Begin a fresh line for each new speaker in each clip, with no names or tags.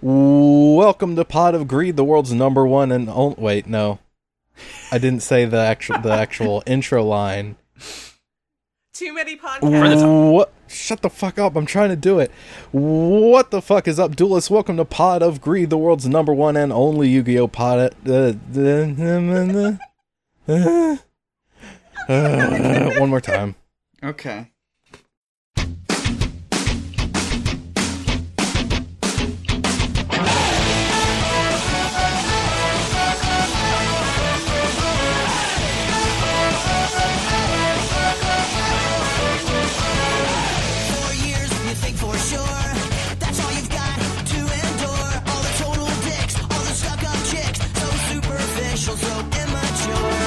Welcome to Pot of Greed, the world's number one and only. Wait, no, I didn't say the actual the actual intro line.
Too many podcasts.
What? Shut the fuck up! I'm trying to do it. What the fuck is up, duelists? Welcome to Pod of Greed, the world's number one and only Yu-Gi-Oh! Pod. Uh, uh, uh, uh, one more time.
Okay.
four years, you think for sure that's all you've got to endure. All the total dicks, all the stuck-up chicks, so superficial, so immature.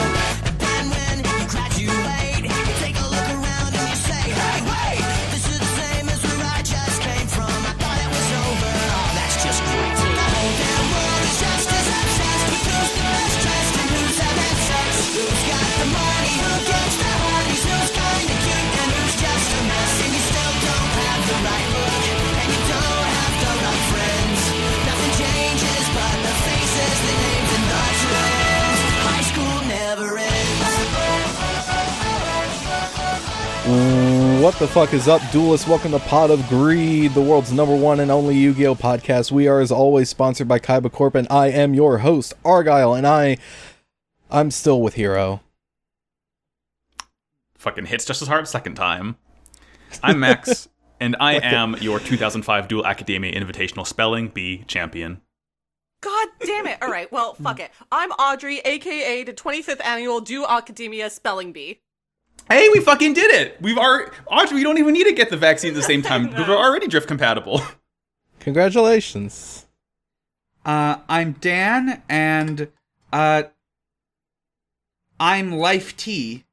And then when you graduate, you take a look around and you say, Hey, wait, this is the same as where I just came from. I thought it was over. Oh, that's just great. The whole damn world is just as obsessed with who's the best dressed and who's having sex, who's got the money, who gets the parties, who's kinda cute and who's just a mess, and you still don't have the right look, and you don't have the right friends. Nothing changes but the faces, the names, and the trends. High school never ends.
What the fuck is up, duelists? Welcome to Pot of Greed, the world's number one and only Yu Gi Oh! podcast. We are, as always, sponsored by Kaiba Corp, and I am your host, Argyle, and I. I'm still with Hero.
fucking hits just as hard second time. I'm Max, and I am your 2005 Dual Academia Invitational Spelling Bee champion.
God damn it. All right. Well, fuck it. I'm Audrey, aka the 25th annual Do Academia Spelling Bee.
Hey, we fucking did it! We've already, Audrey, we don't even need to get the vaccine at the same time. We're already drift compatible.
Congratulations.
Uh, I'm Dan, and uh, I'm Life T.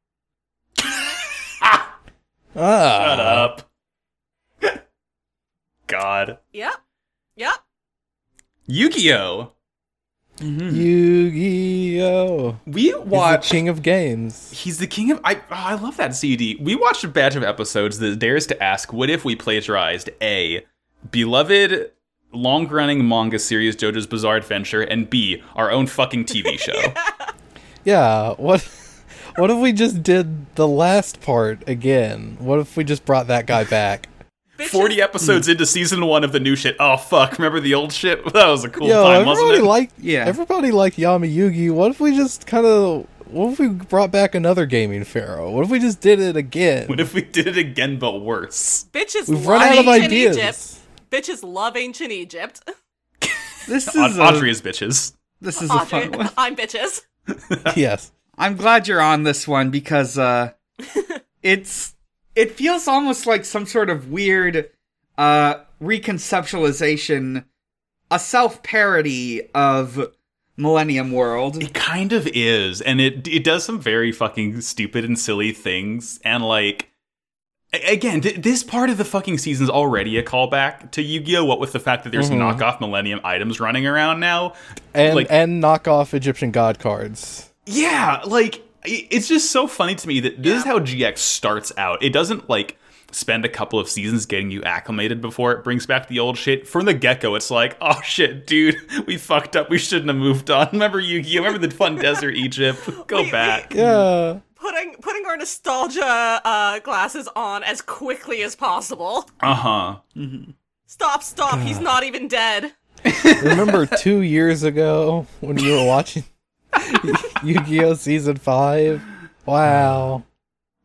Ah.
Shut up. God.
Yep. Yep.
Yu-Gi-Oh!
Yu-Gi-Oh!
We
He's the
watched.
king of games.
He's the king of. I oh, I love that CD. We watched a batch of episodes that dares to ask, "What if we plagiarized a beloved long-running manga series, JoJo's Bizarre Adventure, and B our own fucking TV show?"
Yeah. What? What if we just did the last part again? What if we just brought that guy back?
Bitches.
Forty episodes into season one of the new shit. Oh fuck! Remember the old shit? That was a cool
Yo,
time, wasn't
everybody
it?
liked
Yeah.
Everybody liked Yami Yugi. What if we just kind of what if we brought back another gaming pharaoh? What if we just did it again?
what if we did it again, but worse?
Bitches
We've
love
run out of
ancient
ideas.
Egypt. Bitches love ancient Egypt.
This is
Aud-
a,
Audrey's bitches.
This is a
Audrey,
fun one.
I'm bitches.
yes.
I'm glad you're on this one because uh, it's it feels almost like some sort of weird uh, reconceptualization, a self parody of Millennium World.
It kind of is, and it it does some very fucking stupid and silly things, and like a- again, th- this part of the fucking season's already a callback to Yu-Gi-Oh. What with the fact that there's
Mm-hmm.
knockoff Millennium items running around now,
And
Like-
and knock off Egyptian god cards.
yeah, like i- it's just so funny to me that this is how GX starts out. It doesn't like spend a couple of seasons getting you acclimated before it brings back the old shit. From the get-go, it's like, oh shit, dude, we fucked up. We shouldn't have moved on. Remember Yu-Gi-Oh? Remember the fun desert Egypt? Go
We- we-
back.
Yeah.
Putting putting our nostalgia uh, glasses on as quickly as possible.
Uh huh.
Stop, stop. He's not even dead.
Remember 2 years ago when you were watching Yu-Gi-Oh season 5? Wow.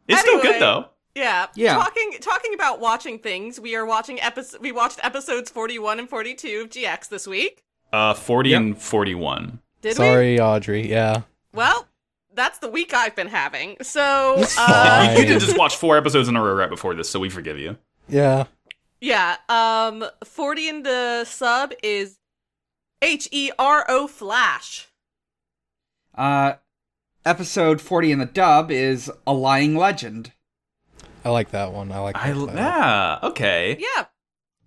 It's still
Anyway.
good though.
Yeah.
Yeah.
Talking talking about watching things, we are watching episode we watched episodes 41 and 42 of GX this week.
Uh, forty
Yep.
and forty-one.
Did we?
Sorry Audrey. Yeah.
Well, that's the week I've been having. So, uh,
Fine.
you did just watch four episodes in a row right before this, so we forgive you.
Yeah.
yeah. Um, 40 in the sub is H E R O Flash.
Uh, episode 40 in the dub is A Lying Legend.
I like that one. I like that.
I
title.
yeah okay.
Yeah.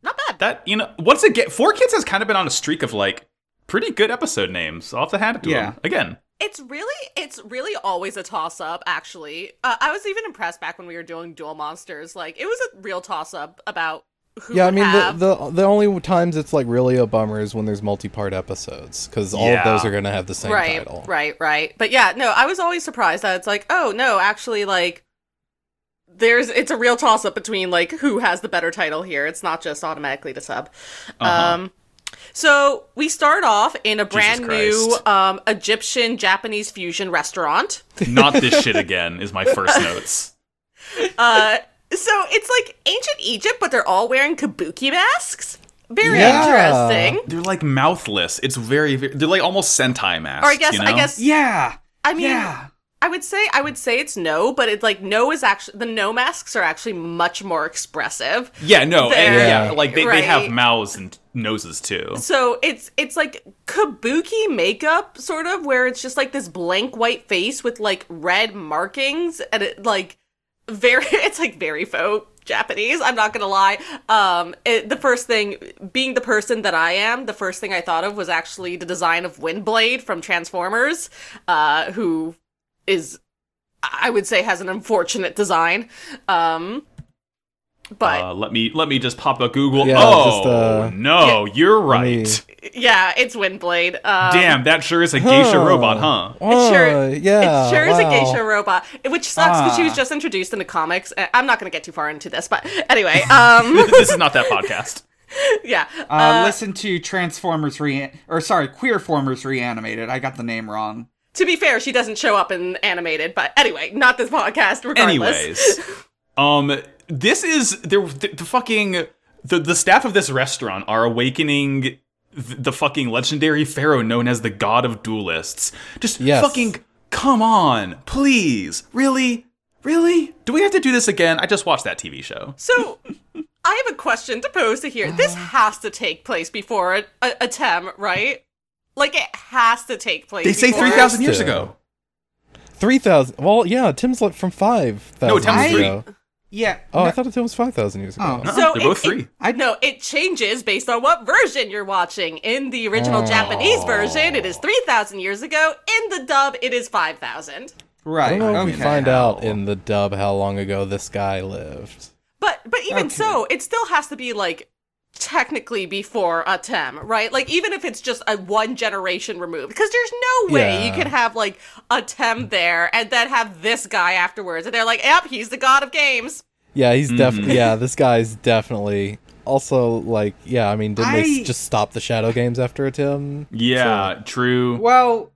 Not bad.
That you know once again, four kids has kind of been on a streak of like pretty good episode names. Off the hat to
Yeah.
them again.
It's really, it's really always a toss up. Actually, uh, I was even impressed back when we were doing dual monsters. Like, it was a real toss up about who
yeah, I
would
mean
have.
the, the the only times it's like really a bummer is when there's multi-part episodes because all of
Yeah.
those are gonna have the same
right,
title.
right, right. But yeah, no, I was always surprised that it's like, oh no, actually, like there's it's a real toss up between like who has the better title here. It's not just automatically the sub. Um, so we start off in a brand new
Christ.
um, Egyptian Japanese fusion restaurant.
Not this shit again is my first notes.
Uh, so it's like ancient Egypt, but they're all wearing kabuki masks. Very
Yeah.
interesting.
They're like mouthless. It's very, very they're like almost Sentai masks.
Or I guess,
you know?
I guess,
Yeah.
I mean,
yeah.
I would say I would say it's no, but it's like no is actually the no masks are actually much more expressive.
Yeah, no, and,
They're-
yeah, like they, they have
right.
mouths and noses too.
So it's it's like kabuki makeup sort of where it's just like this blank white face with like red markings and it like very it's like very faux Japanese. I'm not gonna lie. Um, it, the first thing being the person that I am, the first thing I thought of was actually the design of Windblade from Transformers, uh, who is I would say has an unfortunate design. Um, but
Uh, let me let me just pop up Google.
Yeah,
oh
just, uh,
no, you're
me-
right.
yeah, it's Windblade. Um,
Damn, that sure is a geisha
Huh.
robot, huh?
Oh,
sure-
yeah.
it sure is a
wow.
geisha robot, which sucks because she was
Ah.
just introduced in the comics. Uh, I'm not going to get too far into this, but anyway, um,
this is not that podcast.
yeah,
Uh, listen to Transformers re or sorry, Queerformers reanimated. I got the name wrong.
to be fair, she doesn't show up in animated, but anyway, not this podcast. Regardless,
Anyways, um, this is there. The, the fucking the the staff of this restaurant are awakening th- the fucking legendary pharaoh known as the god of duelists. Just
Yes.
fucking come on, please, really, really. Do we have to do this again? I just watched that TV show.
so I have a question to pose to here. This has to take place before a, a, a tem, right? Like it has to take place.
They say
before-
three thousand years
to.
ago.
Three thousand. Well, yeah, Tim's like from five thousand.
No, Tim's
years
three.
ago.
Yeah.
Oh, I
no-
thought it was five thousand years ago.
Oh.
Uh-uh,
So
they're
it-
both
it-
three.
I know it changes based on what version you're watching. In the
Oh.
original Japanese version, it is 3,000 years ago. In the dub, it is 5,000.
I don't
right.
know if
Okay.
we find out in the dub how long ago this guy lived.
But but even
Okay.
so, it still has to be like technically before a tem, right? Like even if it's just a one generation removed, because there's no way you
Yeah.
could have like a tem there and then have this guy afterwards, and they're like, "Yep, he's the god of games."
Yeah, he's
Mm-hmm.
definitely. Yeah, this guy's definitely. Also, like, yeah, I mean, didn't they
I-
s- just stop the Shadow Games after a Tim?
Yeah, true.
Well,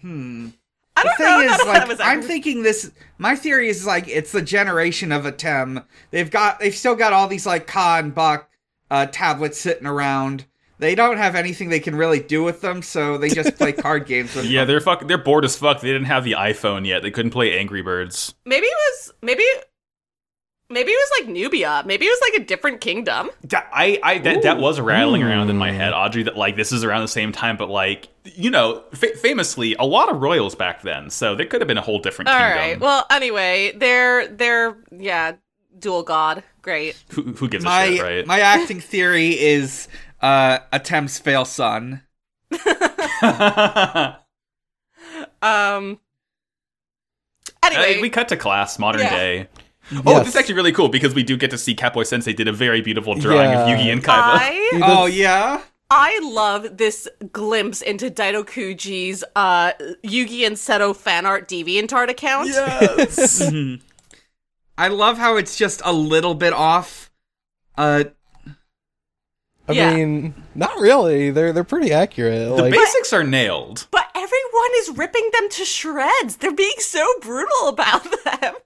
hmm.
I
The
don't know.
thing
None
is,
of that
like,
was
I'm
accurate.
thinking this. My theory is like it's the generation of a Tem. They've got, they've still got all these like Ka and Bach uh, tablets sitting around. They don't have anything they can really do with them, so they just play card games with
Yeah,
them.
they're fuck. They're bored as fuck. They didn't have the iPhone yet. They couldn't play Angry Birds.
Maybe it was maybe maybe it was like Nubia. Maybe it was like a different kingdom.
That, I, I that, that was rattling around in my head, Audrey. That like this is around the same time, but like you know, fa- famously, a lot of royals back then. So there could have been a whole different
All
kingdom.
right. Well, anyway, they're they're yeah, dual god. Great.
who, who gives
My
a shit, right?
my acting theory is uh, a Tem's fail son.
Um
Uh,
Anyway,
we cut to class, modern
Yeah.
day. Oh, this
Yes.
is actually really cool because we do get to see Capoi Sensei did a very beautiful drawing of
Yeah.
Yugi and Kaiba.
I
He
Oh
does-
yeah.
I love this glimpse into Daidokuji's uh Yugi and Seto fan art DeviantArt account.
Yes.
Mm-hmm. I love how it's just a little bit off. Uh,
I
Yeah.
mean, not really. They're they're pretty accurate.
the
like,
basics are nailed.
But everyone is ripping them to shreds. They're being so brutal about them.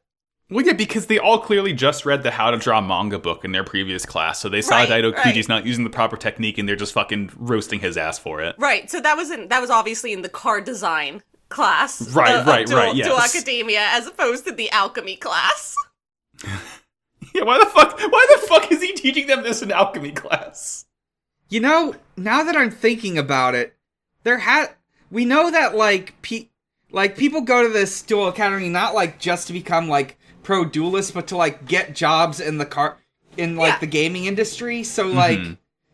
Well, yeah, because they all clearly just read the How to Draw Manga book in their previous class, so they saw
Right,
Daido
right.
Kuji's not using the proper technique, and they're just fucking roasting his ass for it.
Right. So that was in that was obviously in the card design class. uh,
Right,
of- of
right,
Dual-
right, yes.
Dual academia as opposed to the alchemy class.
Yeah, why the fuck? Why the fuck is he teaching them this in alchemy class?
You know, now that I'm thinking about it, there had we know that like pe- like people go to this dual academy not like just to become like pro duelists, but to like get jobs in the car in like
Yeah.
the gaming industry. So
Mm-hmm.
like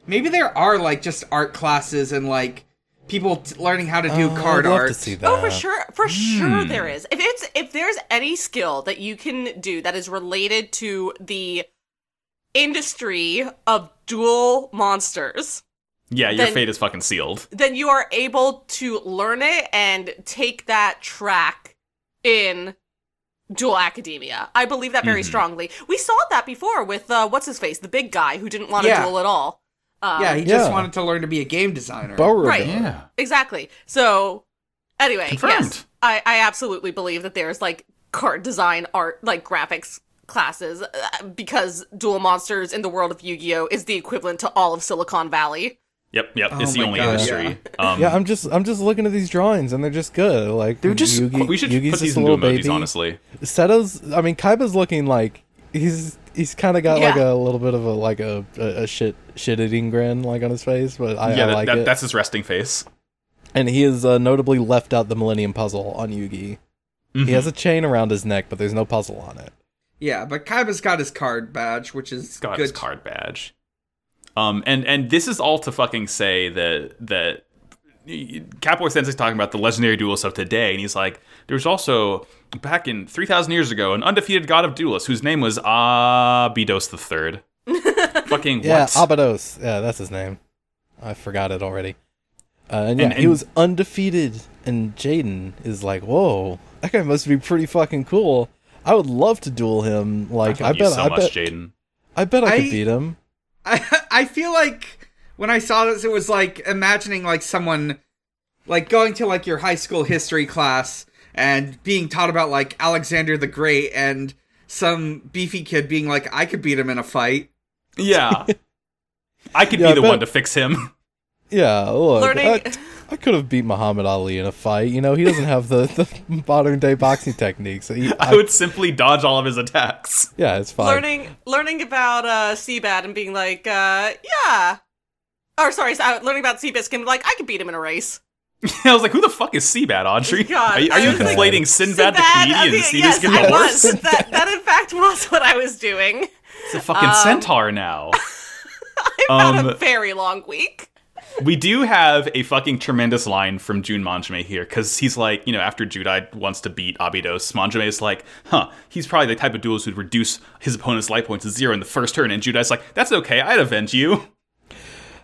maybe there are like just art classes and like people t- learning how to do
oh,
card
I'd love
art.
to see that.
Oh, for sure, for sure there is. If it's if there's any skill that you can do that is related to the industry of dual monsters,
Yeah, your
Then-
fate is fucking sealed.
then you are able to learn it and take that track in dual academia. I believe that very strongly. We saw that before with uh, what's his face, the big guy who didn't want to
Yeah.
duel at all. Um,
yeah, he just
Yeah.
wanted to learn to be a game designer.
Beauregard.
Right. Exactly. So, anyway, yes,
Confirmed.
I, I absolutely believe that there's like card design, art, like graphics classes uh, because Duel Monsters in the world of Yu Gi Oh is the equivalent to all of Silicon Valley.
Yep, yep.
Oh
it's the
my
only
God.
industry. Um,
Yeah, I'm just I'm just looking at these drawings and they're just good. Like
They're just-
Yugi,
we should
Yugi's
put
just
these
a
into
little
emojis,
baby.
honestly.
Seta's I mean Kaiba's looking like he's he's kind of got like
Yeah.
a little bit of a like a a, a shit shit eating grin like on his face, but I,
yeah,
I
that,
like
that,
it.
that's his resting face.
And he has uh, notably left out the Millennium Puzzle on Yugi.
Mm-hmm.
He has a chain around his neck, but there's no puzzle on it.
Yeah, but Kaiba's got his card badge, which is
got
good.
his card badge. Um, and and this is all to fucking say that that Catboy Sensei's talking about the legendary duelist of today, and he's like, there's also back in three thousand years ago an undefeated god of duelists whose name was Abydos the Third. fucking
Yeah,
what?
Abydos. Yeah, that's his name. I forgot it already. Uh, and yeah,
And-
he
and-
was undefeated, and Jaden is like, "Whoa, that guy must be pretty fucking cool. I would love to duel him. Like,
Fuck
I,
you
bet,
so
I
much,
bet,
Jaden.
I bet I
I-
could beat him.
I, I feel like when I saw this, it was like imagining like someone like going to like your high school history class and being taught about like Alexander the Great and some beefy kid being like, I could beat him in a fight.
Yeah, I could
Yeah, I
be the
bet-
one to fix him.
Yeah, look,
Learning-
I, I could have beat Muhammad Ali in a fight. You know, he doesn't have the, the modern day boxing techniques. He-
I would simply dodge all of his attacks.
yeah, it's fine.
Learning learning about uh, Seabad and being like, uh, yeah. Or sorry, so- uh, learning about Seabiscuit and like, I could beat him in a race.
I was like, who the fuck is Seabad, Audrey?
God,
are you, are you
I was
like-
conflating Sinbad, the
Sinbad,
comedian
I mean,
and Seabiscuit
uh, yes,
the
I
horse?
was. That, that in fact was what I was doing.
It's a
Um,
fucking centaur now.
I've had a
Um,
very long week.
we do have a fucking tremendous line from Jun Manjime here because he's like, you know, after Judai wants to beat Abydos, Manjime is like, huh, he's probably the type of duelist who'd reduce his opponent's life points to zero in the first turn, and Judai's like, that's okay, I'd avenge you.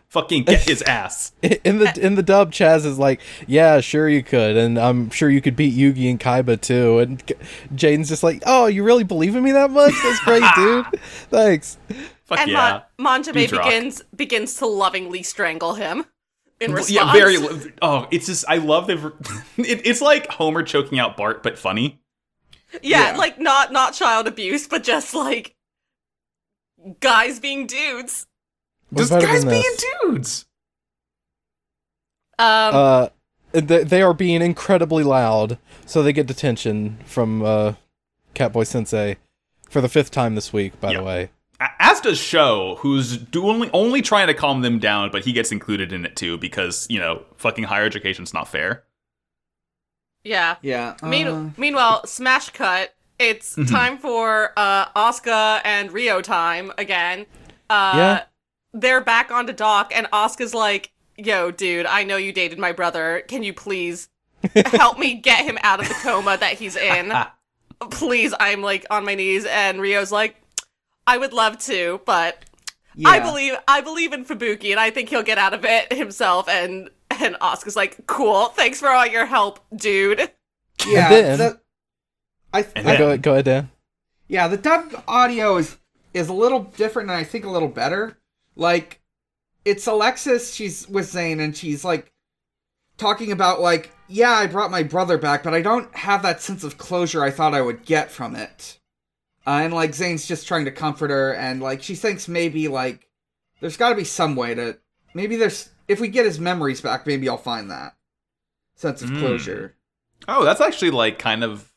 fucking get his ass.
in the in the dub, Chaz is like, "Yeah, sure you could, and I'm sure you could beat Yugi and Kaiba too." And K- Jaden's just like, "Oh, you really believe in me that much? That's great, dude. Thanks."
Fuck
and
yeah.
Mon- Manjime
Dude's rock.
begins begins to lovingly strangle him in response.
yeah, very. Oh, it's just I love the. It, it's like Homer choking out Bart, but funny.
Yeah,
yeah.
like not not child abuse, but just like guys being dudes.
What's
Just
better
guys
than
being
this?
dudes.
Um,
Uh, they, they are being incredibly loud, so they get detention from uh, Catboy Sensei for the fifth time this week. By
Yep.
the way,
A- As does Show, who's doing only trying to calm them down, but he gets included in it too because you know fucking higher education's not fair.
yeah.
Yeah. uh,
Mean- meanwhile, smash cut. It's time for uh Asuka and Rio time again. Uh
Yeah.
they're back onto dock and Asuka's like, "Yo, dude, I know you dated my brother. Can you please help me get him out of the coma that he's in?" please, I'm like on my knees and Rio's like, "I would love to, but I
yeah.
believe I believe in Fabuki and I think he'll get out of it himself." And and Asuka's like, "Cool. Thanks for all your help, dude."
Yeah.
then-
the- I, th-
And
I-
then-
go go ahead, Dan.
yeah, the dub audio is is a little different and I think a little better. Like it's Alexis, she's with Zane and she's like talking about like, yeah, I brought my brother back, but I don't have that sense of closure I thought I would get from it. Uh, and like Zane's just trying to comfort her and like she thinks maybe like there's got to be some way to maybe there's if we get his memories back, maybe I'll find that sense of
Mm.
closure.
Oh, that's actually like kind of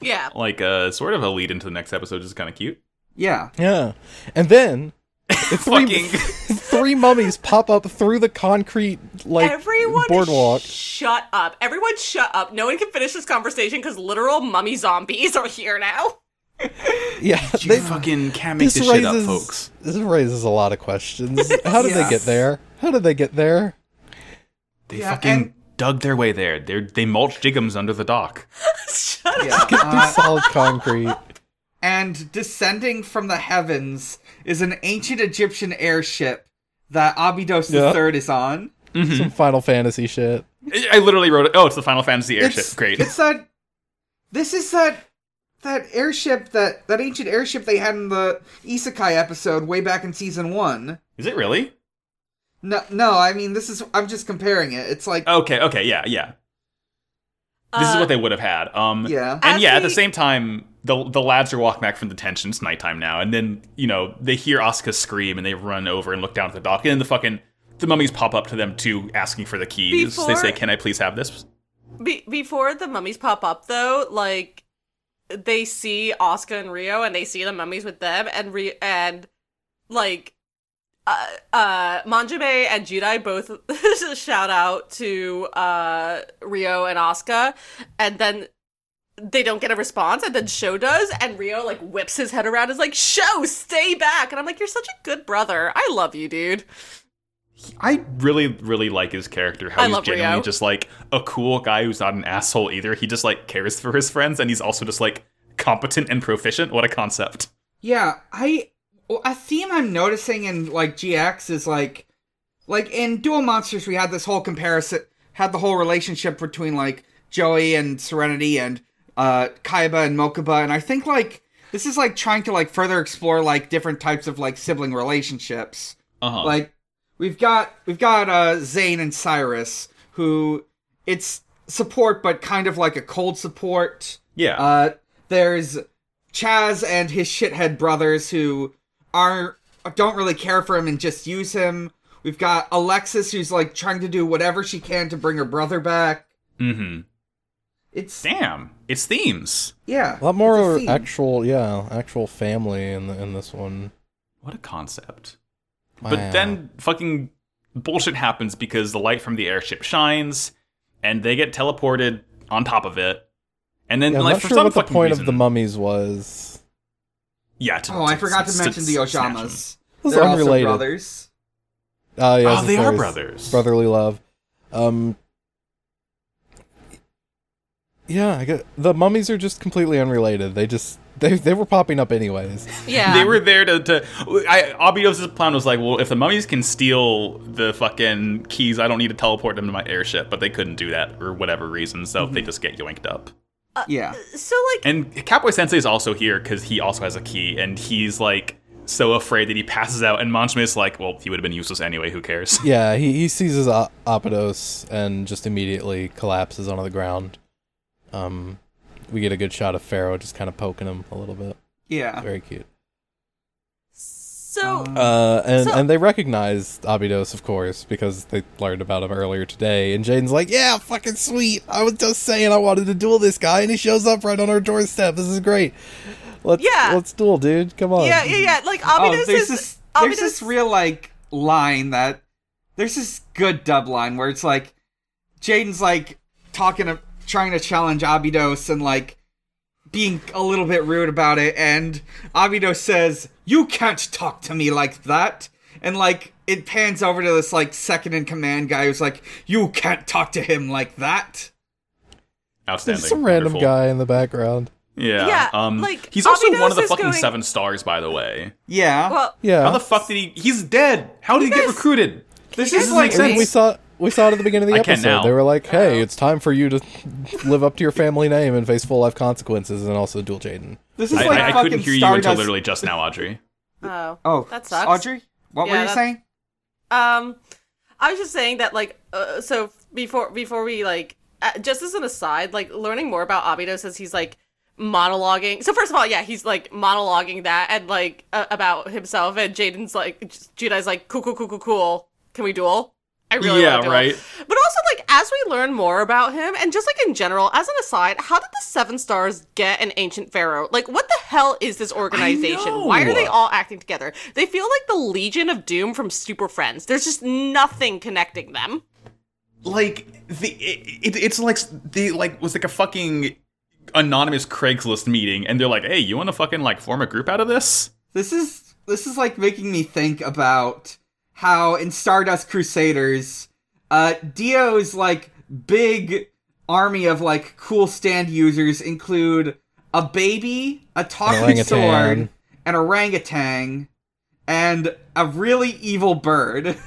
Yeah.
like a sort of a lead into the next episode, which is kind of cute.
Yeah.
Yeah, and then the three
Fucking-
three mummies pop up through the concrete like
Everyone
boardwalk.
shut up. Everyone shut up. No one can finish this conversation because literal mummy zombies are here now.
yeah,
They
they
fucking can't make
this
this,
raises
shit up, folks.
this raises a lot of questions. How did
Yeah.
they get there? How did they get there?
They
Yeah,
fucking
and-
dug their way there. They they mulched jigums under the dock.
shut up.
Yeah.
Through solid concrete.
and descending from the heavens is an ancient Egyptian airship that Abydos
Yeah.
III is on.
Mm-hmm.
Some Final Fantasy shit.
I I literally wrote it. Oh, it's the Final Fantasy airship.
It's-
Great.
It's that. This is that that airship that that ancient airship they had in the Isekai episode way back in season one.
Is it really?
No, no, I mean this is. I'm just comparing it. It's like
Okay, okay, yeah, yeah. This is
Uh,
what they would have had. Um,
Yeah.
And
As
yeah, at the
we-
same time, the the lads are walking back from detention. It's nighttime now, and then you know they hear Asuka scream, and they run over and look down at the dock, and then the fucking the mummies pop up to them too, asking for the keys. They say,
Before-
"Can I please have this?"
Be- before the mummies pop up, though, like they see Oscar and Rio, and they see the mummies with them, and Ri- and like uh, uh, Manjime and Judai both shout out to uh, Rio and Oscar, and then they don't get a response, and then Sho does, and Rio like whips his head around, and is like, "Sho, stay back!" And I'm like, "You're such a good brother. I love you, dude."
I really, really like his character. How
I
he's
love
genuinely
Rio.
just like a cool guy who's not an asshole either. He just like cares for his friends, and he's also just like competent and proficient. What a concept!
Yeah, I well, a theme I'm noticing in like GX is like like in Dual Monsters we had this whole comparison had the whole relationship between like Joey and Serenity and uh Kaiba and Mokuba and I think like this is like trying to like further explore like different types of like sibling relationships.
Uh-huh.
Like we've got we've got uh Zane and Cyrus who it's support but kind of like a cold support.
yeah,
Uh, there's Chaz and his shithead brothers who are don't really care for him and just use him. We've got Alexis who's like trying to do whatever she can to bring her brother back.
mm-hmm.
It's
Damn, it's themes.
yeah,
A lot more
it's a theme.
actual, yeah, actual family in the, in this one.
What a concept.
Wow.
But then fucking bullshit happens because the light from the airship shines and they get teleported on top of it. And then
yeah, I'm
like
not
for
sure
some
what the
fucking
point
reason,
of the mummies was.
Yeah. To,
Oh, I forgot to mention the
snatch them.
Oshamas.
Those
They're
are
also
unrelated.
brothers.
Uh, yeah,
Oh,
since
they are
there's
brothers.
Brotherly love. Um. Yeah, I get, the mummies are just completely unrelated. They just they they were popping up anyways.
Yeah,
They were there to. to I, Abidos' plan was like, well, if the mummies can steal the fucking keys, I don't need to teleport them to my airship. But they couldn't do that for whatever reason, so
Mm-hmm.
they just get yoinked up.
Yeah,
so like
And Cowboy Sensei is also here because he also has a key, and he's like so afraid that he passes out. And Manchime is like, well, he would have been useless anyway. Who cares?
Yeah, he he seizes O- Apodos and just immediately collapses onto the ground. Um, we get a good shot of Pharaoh just kind of poking him a little bit.
yeah.
Very cute.
so.
Uh, and
So-
and they recognize Abydos, of course, because they learned about him earlier today. And Jaden's like, "Yeah, fucking sweet. I was just saying I wanted to duel this guy, and he shows up right on our doorstep. This is great. Let's
Yeah.
let's duel, dude. Come on.
Yeah, yeah, yeah. Like
Oh,
Abydos
there's
is
this
Abydos,
there's this real like line that there's this good dub line where it's like Jaden's like talking to trying to challenge Abydos and like being a little bit rude about it and Abydos says, "You can't talk to me like that." And like it pans over to this like second in command guy who's like, "You can't talk to him like that."
Outstanding.
There's some random
Wonderful.
guy in the background.
Yeah.
Yeah,
um,
like,
he's also
Abydos
one of the
is
fucking
going-
seven stars, by the way.
Yeah.
Well,
Yeah.
How the fuck did he? He's dead. How did he get
guys-
recruited? This
you
is
guys
like
And we saw we saw it at the beginning of the
I can
episode.
now.
They were like, "Hey, it's time for you to live up to your family name and face full life consequences, and also duel Jaden."
this is
I,
like
I- I
fucking
couldn't hear you
Stardust.
until literally just now, Audrey.
oh,
Oh,
that sucks.
Audrey, what
Yeah,
were you
that-
saying?
Um, I was just saying that, like, uh, so before before we like, uh, just as an aside, like learning more about Abydos as he's like monologuing. So first of all, yeah, he's like monologuing that and like uh, about himself, and Jaden's like, Judai's like, cool, cool, cool, cool, cool. Can we duel? I really
Yeah,
wanna duel.
right.
But also, like, as we learn more about him, and just like in general, as an aside, how did the Seven Stars get an ancient pharaoh? Like, what the hell is this organization? Why are they all acting together? They feel like the Legion of Doom from Super Friends. There's just nothing connecting them.
Like the it, it's like s- the like was like a fucking anonymous Craigslist meeting, and they're like, "Hey, you want to fucking like form a group out of this?"
This is this is like making me think about how in Stardust Crusaders, uh, Dio's like big army of like cool stand users include a baby, a talking
orangutan.
sword, an orangutan, and a really evil bird.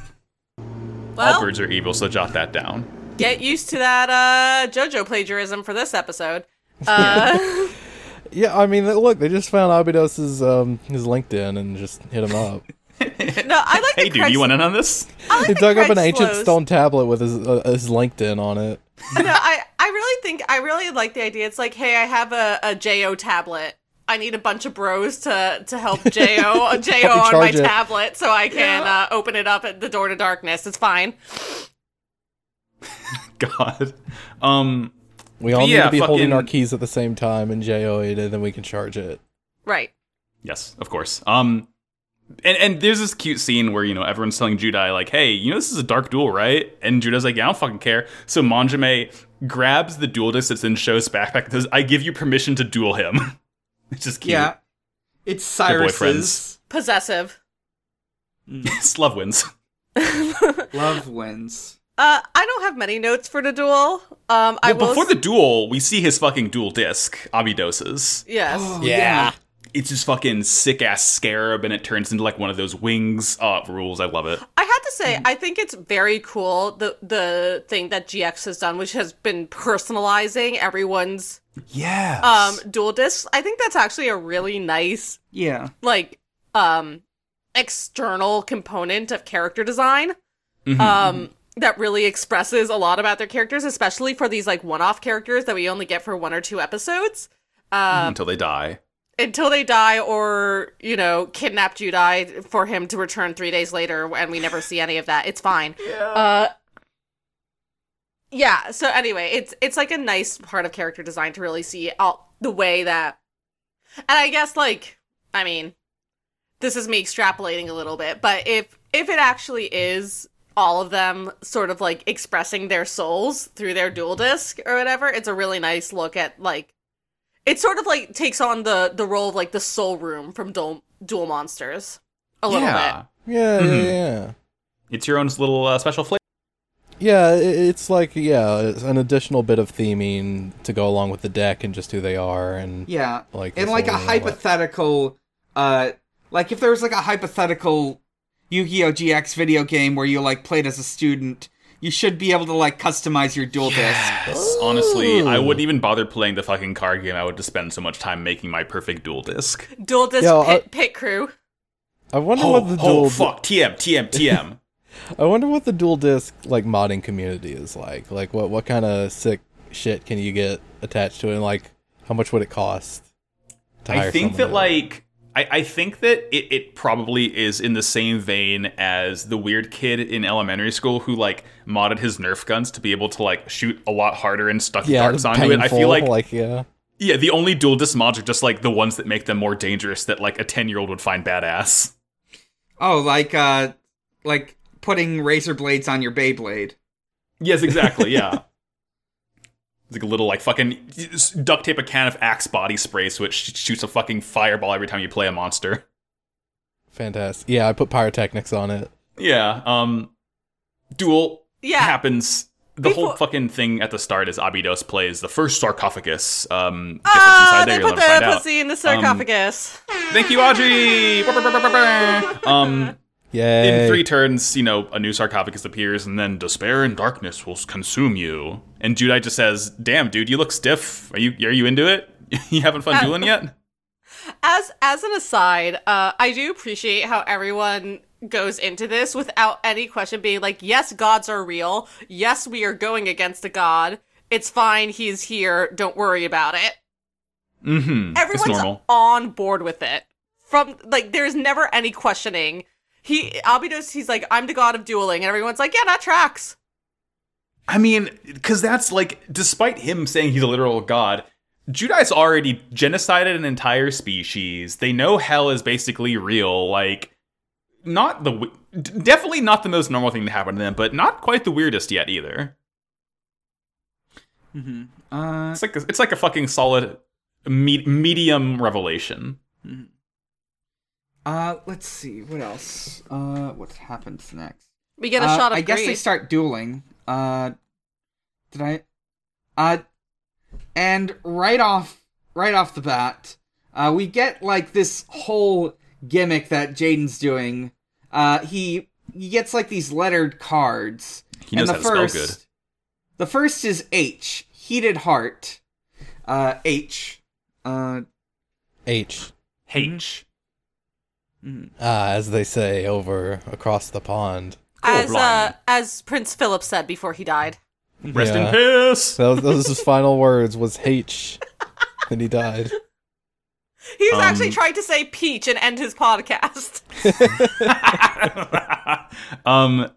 All
Well,
birds are evil, so jot that down.
get used to that uh, JoJo plagiarism for this episode. Uh,
Yeah, I mean, look, they just found Abidos's um, his LinkedIn and just hit him up.
no, I like.
Hey,
the
dude, you
Craigslist-
want in on this?
I like
He
the
dug up an ancient
Craigslist.
stone tablet with his uh, his LinkedIn on it.
no, I, I really think I really like the idea. It's like, hey, I have a, a Jo tablet. I need a bunch of bros to to help Jo Jo on my
charge it.
tablet so I can uh, open it up at the door to darkness. It's fine.
God. Um.
We all need
Yeah,
to be holding
fucking-
our keys at the same time and JO it, and then we can charge it.
Right.
Yes, of course. Um. And, and there's this cute scene where, you know, everyone's telling Judai, like, hey, you know, this is a dark duel, right? And Judai's like, yeah, I don't fucking care. So Manjime grabs the duel disc that's in Show's backpack and says, I give you permission to duel him. it's just cute.
yeah. It's
boyfriends.
Cyrus's.
Possessive.
Slove wins.
Love wins.
Uh, I don't have many notes for the duel. Um, I
Well,
will.
before
s-
the duel, we see his fucking dual disc, Abidos's.
yes.
Oh, yeah.
It's this fucking sick ass scarab, and it turns into like one of those wings. Oh, it rules! I love it.
I had to say, I think it's very cool the the thing that GX has done, which has been personalizing everyone's
Yeah.
um dual discs. I think that's actually a really nice
Yeah.
like um external component of character design
Mm-hmm,
um that really expresses a lot about their characters especially for these like one-off characters that we only get for one or two episodes
until they die.
until they die or you know kidnap Judai for him to return 3 days later and we never see any of that it's fine uh yeah so anyway it's it's like a nice part of character design to really see all the way that and i guess like i mean this is me extrapolating a little bit but if if it actually is all of them sort of like expressing their souls through their dual disc or whatever it's a really nice look at like it sort of like takes on the the role of like the soul room from dual, dual monsters a little
yeah,
bit
Yeah,
Mm-hmm.
yeah, yeah.
it's your own little uh, special flavor.
Yeah, i- it's like yeah, it's an additional bit of theming to go along with the deck and just who they are and
Yeah.
Like
and
this
like a
whole-
hypothetical uh like if there was like a hypothetical Yu-Gi-Oh! GX video game where you like played as a student, you should be able to like customize your dual disc.
Yes, honestly,
Oh.
I wouldn't even bother playing the fucking card game. I would just spend so much time making my perfect dual disc.
dual disc
Yo,
pit,
I-
pit crew
I wonder
Oh,
what the dual
oh, fuck! TM, TM, TM.
I wonder what the dual disc like modding community is like. Like what what kind of sick shit can you get attached to it and like how much would it cost? to
I
hire
think
someone
that
to-
like I, I think that it, it probably is in the same vein as the weird kid in elementary school who like modded his nerf guns to be able to like shoot a lot harder and stuck
yeah,
darts
it's
onto it. I feel
painful,
like,
yeah.
yeah, the only dual disc mods are just like the ones that make them more dangerous that like a ten year old would find badass.
Oh, like uh like putting razor blades on your Beyblade.
Yes, exactly, yeah. It's like a little like fucking just duct tape a can of axe body spray so it sh- shoots a fucking fireball every time you play a monster.
Fantastic. Yeah, I put pyrotechnics on it.
Yeah. Um duel
Yeah.
happens. The whole
Before-
fucking thing at the start is Abydos plays the first sarcophagus. Um guess what's
Ah,
inside
they
there, you'll
put
never
the
find out. Um,
pussy in the sarcophagus.
Thank you, Audrey! Brr, brr, brr, brr, brr. um
Yeah.
in three turns, you know, a new sarcophagus appears and then despair and darkness will consume you. And Judai just says, Damn dude, you look stiff. Are you are you into it? you having fun dueling yet?
as as an aside, uh, I do appreciate how everyone goes into this without any question being like, "Yes, gods are real. Yes, we are going against a god. It's fine. He's here. Don't worry about it."
Mm-hmm. it's
Everyone's
normal.
on board with it. From like, there's never any questioning. He Abydos, he's like, "I'm the god of dueling," and everyone's like, "Yeah, that tracks."
I mean, because that's like, despite him saying he's a literal god, Judai's already genocided an entire species. They know hell is basically real. Like, not the w- d- definitely not the most normal thing to happen to them, but not quite the weirdest yet either.
Uh
It's like a, it's like a fucking solid me- medium revelation.
uh let's see, what else? Uh what happens next?
We get a
Uh,
shot of
I guess they
greed.
start dueling. Uh, did I? Uh, and right off right off the bat. Uh, we get like this whole gimmick that Jaden's doing. Uh, he he gets like these lettered cards.
He knows
and the
how to spell
first,
good.
The first is H, heated heart. Uh, H. Uh,
H,
H.
uh, as they say over across the pond.
as uh,
Brian.
as Prince Philip said before he died.
Rest
Yeah.
in peace.
That was, those was his final words was H, and he died.
He was actually
Um,
trying to say peach and end his podcast.
um,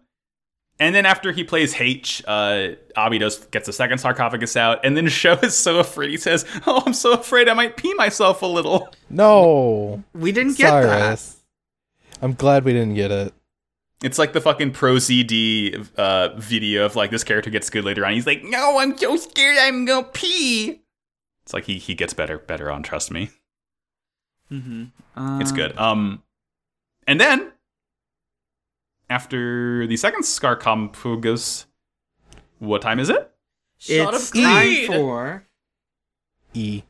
and then after he plays H, uh, Abidos gets a second sarcophagus out, and then Show is so afraid. He says, "Oh, I'm so afraid I might pee myself a little."
No,
we didn't get that.
Cyrus. I'm glad we didn't get it.
It's like the fucking pro CD uh, video of like this character gets good later on. He's like, "No, I'm so scared I'm gonna pee." It's like he he gets better better on. Trust me,
Uh, Mm-hmm.
it's good. Um, and then after the second sarcophagus, what time is it?
Shut
it's
up, Creed.
time for.
E.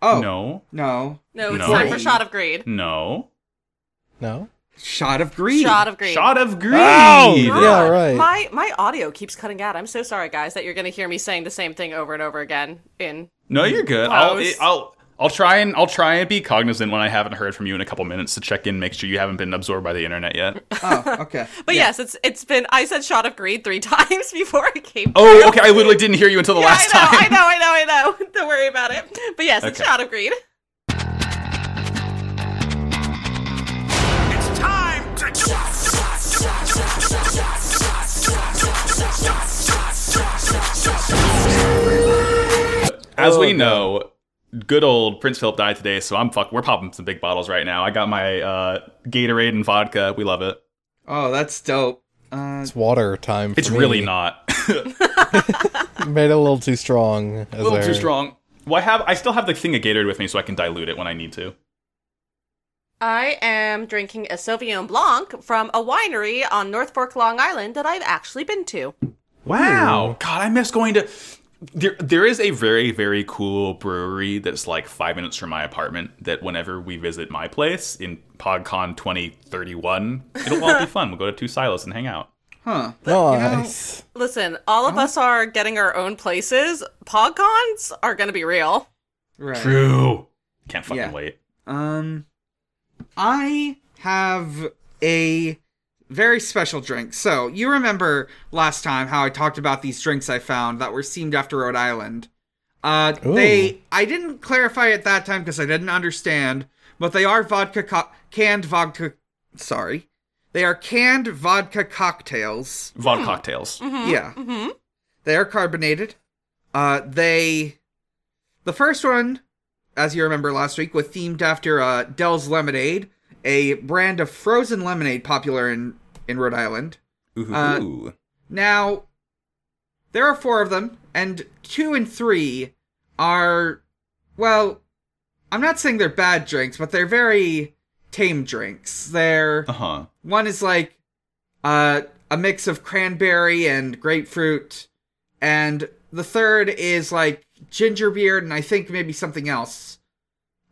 Oh
No,
no!
No, it's
No.
time for shot of greed.
no.
No.
Shot of greed.
Shot of greed.
Shot of greed.
God. Yeah, right.
My my audio keeps cutting out. I'm so sorry, guys, that you're gonna hear me saying the same thing over and over again. In
No, you're good. I'll,
Close.
I'll I'll try and I'll try and be cognizant when I haven't heard from you in a couple minutes to check in, make sure you haven't been absorbed by the internet yet.
oh, okay.
but yes, it's it's been. I said shot of greed three times before I came.
oh, okay. I literally didn't hear you until the
Yeah,
last
I know,
time.
I know, I know, I know. Don't worry about it. But yes, it's
Okay.
shot of greed.
It's time to
As we
Oh,
know, good old Prince Philip died today, so I'm fuck. We're popping some big bottles right now. I got my uh, Gatorade and vodka. We love it.
Oh, that's dope. Uh,
It's water time. For
It's
me.
really not.
Made it a little too strong.
a little too strong. Well, I have I still have the thing of Gatorade with me, so I can dilute it when I need to.
I am drinking a Sauvignon Blanc from a winery on North Fork, Long Island that I've actually been to.
Wow. God, I miss going to. There, there is a very, very cool brewery that's like five minutes from my apartment. That whenever we visit my place in PodCon 2031, it'll all be fun. We'll go to Two Silos and hang out.
huh.
Nice.
Listen, all
Oh.
of us are getting our own places. Podcons are going to be real.
Right.
True. Can't fucking
Yeah.
wait.
Um, I have a very special drink. So you remember last time how I talked about these drinks I found that were seamed after Rhode Island. Uh,
Ooh.
they I didn't clarify at that time because I didn't understand, but they are vodka co- canned vodka. Sorry, they are canned vodka cocktails.
Vod cocktails.
Yeah. Mm-hmm. They are carbonated. Uh, they. The first one, as you remember last week, was themed after uh, Dell's Lemonade, a brand of frozen lemonade popular in, in Rhode Island. Mm-hmm.
Ooh.
Uh, Now, there are four of them, and two and three are, well, I'm not saying they're bad drinks, but they're very tame drinks. They're.
Uh huh.
One is like uh, a mix of cranberry and grapefruit, and the third is like ginger beer and I think maybe something else.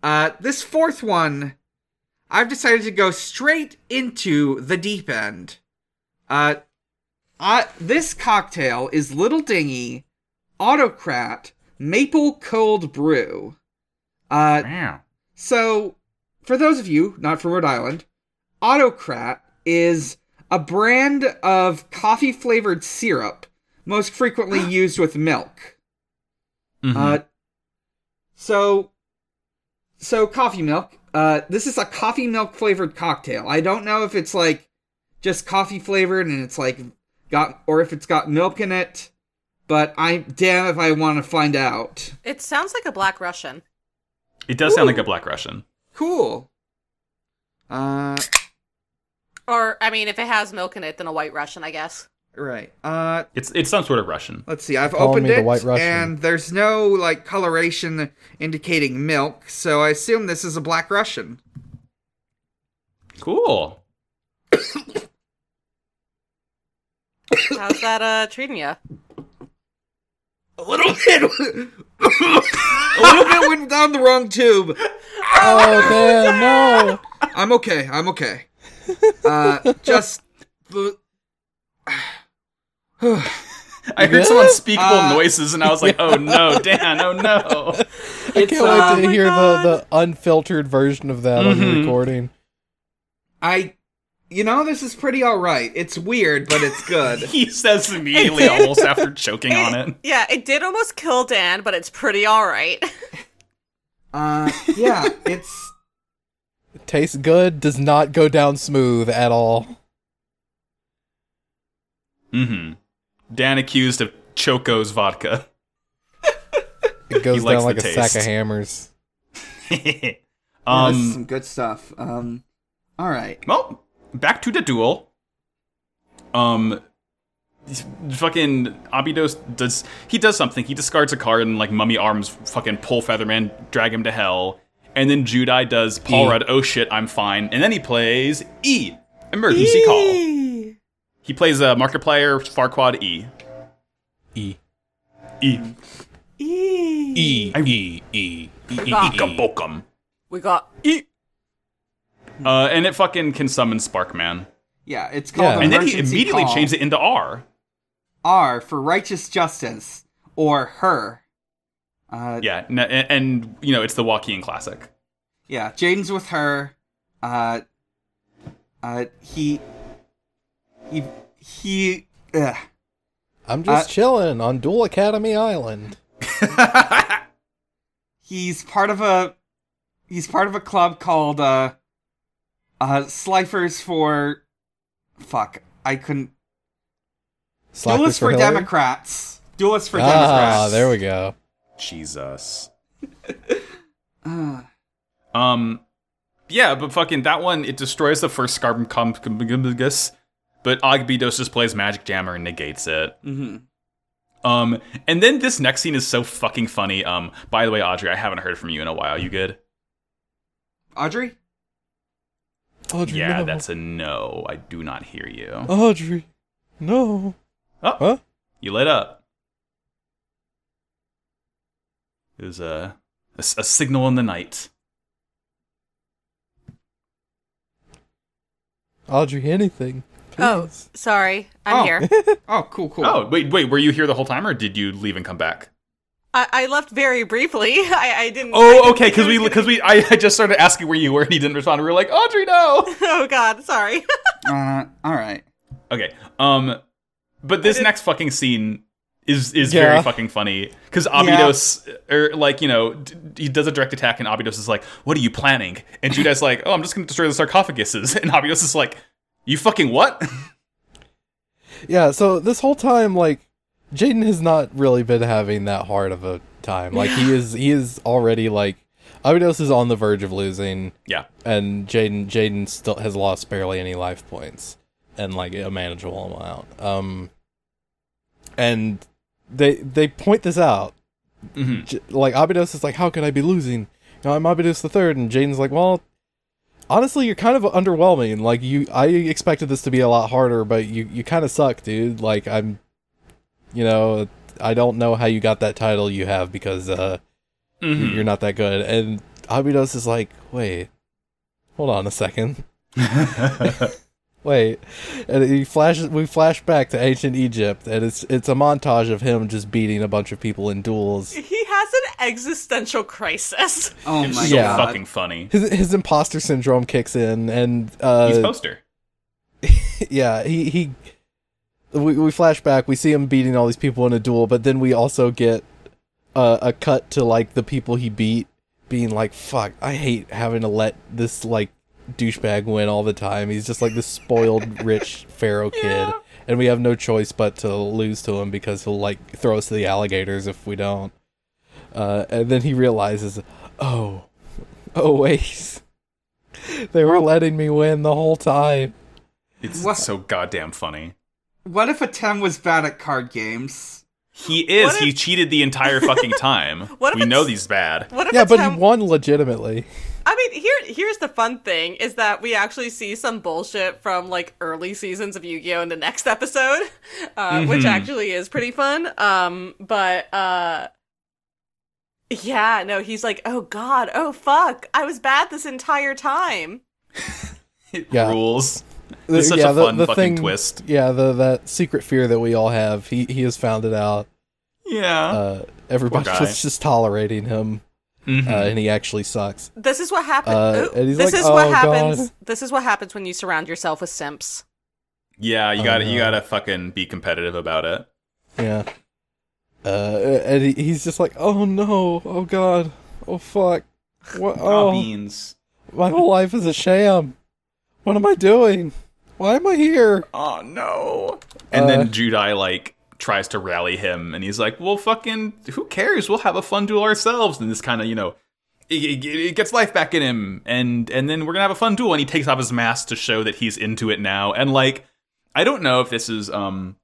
Uh, this fourth one, I've decided to go straight into the deep end. Uh, I, this cocktail is Little Dingy Autocrat Maple Cold Brew. Uh,
Wow.
so, for those of you not from Rhode Island, Autocrat is a brand of coffee flavored syrup most frequently used with milk.
Mm-hmm.
Uh, so, so coffee milk. Uh, this is a coffee milk flavored cocktail. I don't know if it's like just coffee flavored and it's like got, or if it's got milk in it. But I damn if I want to find out.
It sounds like a Black Russian.
It does sound like a Black Russian.
Cool. Uh.
Or, I mean, if it has milk in it, then a White Russian, I guess.
Right. Uh,
It's it's some sort of Russian.
let's see. I've
Call
opened
me the
it,
White Russian.
and there's no like coloration indicating milk, so I assume this is a Black Russian.
Cool.
How's that uh, treating you?
A little bit, a little bit went down the wrong tube.
Oh damn, no.
I'm okay. I'm okay. Uh, just uh, the
I heard some unspeakable
Uh,
noises, and I was like, "Oh no, Dan! Oh no!"
I
It's,
can't
uh,
wait
Oh
to
my
hear the,
God.
the unfiltered version of that on
Mm-hmm.
the recording.
I. You know, this is pretty all right. It's weird, but it's good.
He says immediately, almost after choking on it.
Yeah, it did almost kill Dan, but it's pretty alright.
Uh, yeah, it's
Tastes good, does not go down smooth at all.
Mm-hmm. Dan accused of Choco's vodka.
It goes
likes
down like a
the
sack
taste.
of hammers.
yeah, this is
um.
some good stuff. Um, all right.
Well, back to the duel. Um, fucking Abydos does he does something. He discards a card and like mummy arms fucking pull Featherman, drag him to hell, and then Judai does Paul
E.
Rudd. Oh shit, I'm fine, and then he plays E emergency call. He plays a uh, Markiplier Farquad E.
E.
E.
E. E. E.
Bokum.
We got
Uh, and it fucking can summon Sparkman.
Yeah, it's called.
Yeah.
And then he
Emergency
immediately
Call.
changed it into R.
R for righteous justice or her. Uh,
Yeah, and, and you know, it's the Joaquin classic.
Yeah, Jaden's with her. Uh, uh, he, he, he. Ugh.
I'm just
Uh,
chilling on Dual Academy Island.
He's part of a. He's part of a club called uh, uh, Slifers for. Fuck, I couldn't.
Slackers
Duelists for,
Hillary?
Democrats. Duelists for
Ah,
Democrats.
there we go.
Jesus.
Ugh.
Um, yeah, but fucking that one, it destroys the first Scarbum Comgus, but Ogbidos just plays Magic Jammer and negates it.
Mhm.
Um, and then this next scene is so fucking funny. Um, by the way, Audrey, I haven't heard from you in a while. You good?
Audrey.
Audrey,
yeah,
no.
that's a no. I do not hear you.
Audrey, no.
Oh,
Huh?
you lit up. It was a, a s- a signal in the night.
Audrey, anything.
Oh,
please.
sorry. I'm
Oh.
here.
Oh, cool, cool.
Oh, wait, wait, were you here the whole time, or did you leave and come back?
I, I left very briefly. I, I didn't. I
Oh,
didn't
okay,
think
because
it
we
was
because we I, I just started asking where you were and he didn't respond. We were like, Audrey, no.
gonna- Oh God, sorry.
Uh, all right.
Okay. Um, but this
didn't-
next fucking scene is is
Yeah.
very fucking funny because Abydos or like you know d- d- he does a direct attack and Abydos is like, "What are you planning?" And Judah's like, "Oh, I'm just gonna destroy the sarcophaguses." And Abydos is like, "You fucking what?"
Yeah, so this whole time, like, Jaden has not really been having that hard of a time. Like, he is he is already like, Abydos is on the verge of losing,
yeah.
and Jaden Jaden still has lost barely any life points, and like a manageable amount. Um, and they they point this out.
Mhm.
J- like Abydos is like, how could I be losing? You know, I'm Abydos the third, and Jaden's like, well, honestly, you're kind of underwhelming. Like you, I expected this to be a lot harder, but you, you kind of suck, dude. Like I'm, you know, I don't know how you got that title you have because uh,
Mhm.
you're not that good. And Abydos is like, wait, hold on a second. Wait, and he flashes. We flash back to ancient Egypt, and it's it's a montage of him just beating a bunch of people in duels.
He has an existential crisis.
Oh
It's
my
so
Yeah.
god.
fucking funny.
his his imposter syndrome kicks in, and uh,
He's poster.
yeah, he he. We we flash back. We see him beating all these people in a duel, but then we also get uh, a cut to like the people he beat being like, "Fuck, I hate having to let this like douchebag win all the time." He's just like this spoiled rich pharaoh kid, and we have no choice but to lose to him because he'll like throw us to the alligators if we don't. Uh, and then he realizes, "Oh, oh wait, they were letting me win the whole time."
It's
What?
so goddamn funny.
What if a ten was bad at card games?
He is.
What
he
if-
cheated the entire fucking time.
What if
we know
it's-
these bad.
What if
Yeah,
it's
but
him-
he won legitimately.
I mean, here here's the fun thing is that we actually see some bullshit from like early seasons of Yu-Gi-Oh in the next episode,
Mm-hmm.
uh, which actually is pretty fun. Um, but uh, Yeah, no, he's like, oh god, oh fuck, I was bad this entire time.
It
Yeah.
rules. It's such a fun fucking twist.
Yeah, the that secret fear that we all have. He he has found it out.
Oh.
Yeah.
Uh, everybody
guy.
was just tolerating him,
Mhm.
uh,
Mm-hmm.
and he actually sucks.
This is what happens.
Uh, and he's
this
like,
is what
"Oh,
happens.
God."
This is what happens when you surround yourself with simps.
yeah, you got to
no.
you got to fucking be competitive about it.
Yeah. Uh, and he, he's just like, oh no, oh god, oh fuck, what?
Oh,
Oh,
beans.
my whole life is a sham. What am I doing? Why am I here?
Oh no. And
Uh,
then Judai like tries to rally him and he's like, "Well, fucking who cares? We'll have a fun duel ourselves." And this kind of, you know, it, it, it gets life back in him and and then we're going to have a fun duel and he takes off his mask to show that he's into it now. And like I don't know if this is um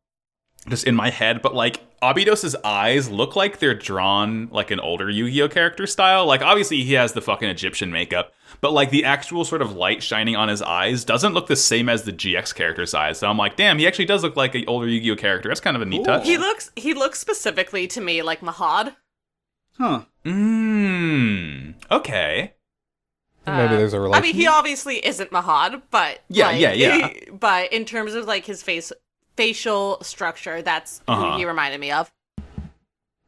just in my head, but like Abidos's eyes look like they're drawn like an older Yu-Gi-Oh character style. Like obviously he has the fucking Egyptian makeup, but like the actual sort of light shining on his eyes doesn't look the same as the GX character's eyes. So I'm like, damn, he actually does look like an older Yu-Gi-Oh character. That's kind of a neat touch.
He looks. He looks specifically to me like Mahad.
Huh.
Mmm. Okay.
Maybe there's a
Uh, Um, I
relationship.
mean, he obviously isn't Mahad, but
Yeah,
like,
yeah, yeah.
But in terms of like his face, facial structure, that's
Uh-huh.
who he reminded me of.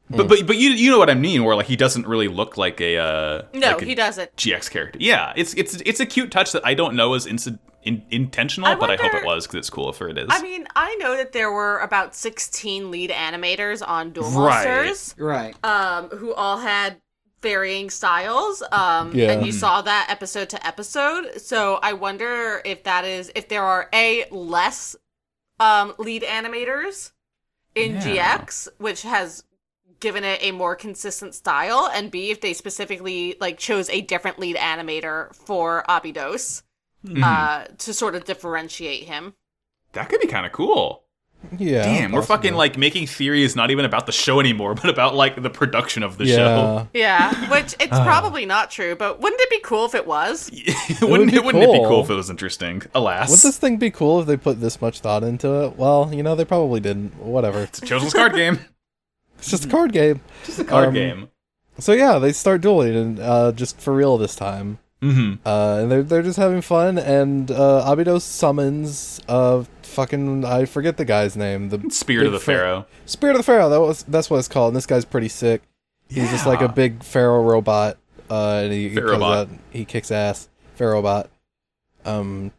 But but but you you know what I mean, where like he doesn't really look like a uh
No,
like a
he doesn't.
GX character. Yeah, it's it's it's a cute touch that I don't know is inci- in, intentional,
I
but I hope
wonder-
it was because it's cool if it is.
I mean, I know that there were about sixteen lead animators on Duel
Right.
Monsters.
Right.
um, who all had varying styles. Um,
Yeah.
and you saw that episode to episode. So I wonder if that is if there are a less um lead animators in
Yeah.
GX, which has given it a more consistent style, and B if they specifically like chose a different lead animator for Abydos.
Hmm.
Uh, to sort of differentiate him.
that could be kind of cool.
yeah,
Damn, we're
possibly.
fucking like making theories not even about the show anymore, but about like the production of the show.
yeah.
Yeah, which it's
Uh.
probably not true, but wouldn't it be cool if it was?
wouldn't
would be
it, wouldn't it be
cool.
cool if it was interesting? Alas.
Would this thing be cool if they put this much thought into it? Well, you know, they probably didn't. Whatever.
It's a children's card game.
It's just a card game.
It's a card
Um,
game.
So yeah, they start dueling and uh, just for real this time.
Mm-hmm.
Uh, and they're they're just having fun. And uh, Abydos summons uh fucking I forget the guy's name. The
Spirit
big
of the
fa-
Pharaoh.
Spirit of the Pharaoh. That was that's what it's called. And this guy's pretty sick. He's just like a
Yeah.
big Pharaoh robot. Uh, and he he, comes
Pharaohbot.
out, he kicks ass. Pharaoh bot. Um,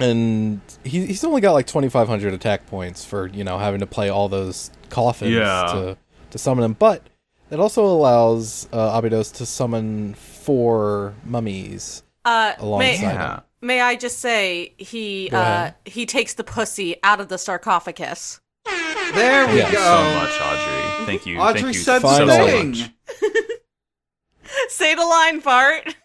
and he he's only got like twenty five hundred attack points for you know having to play all those coffins
Yeah.
to to summon him, but. It also allows uh, Abydos to summon four mummies
Uh,
Alongside
may-
Yeah.
May I just say he
Go
uh
ahead.
he takes the pussy out of the sarcophagus.
There we
Yeah,
go.
So much, Audrey. Thank you.
Audrey
Thank you
said
so,
the
so
thing.
much.
Say the line, fart.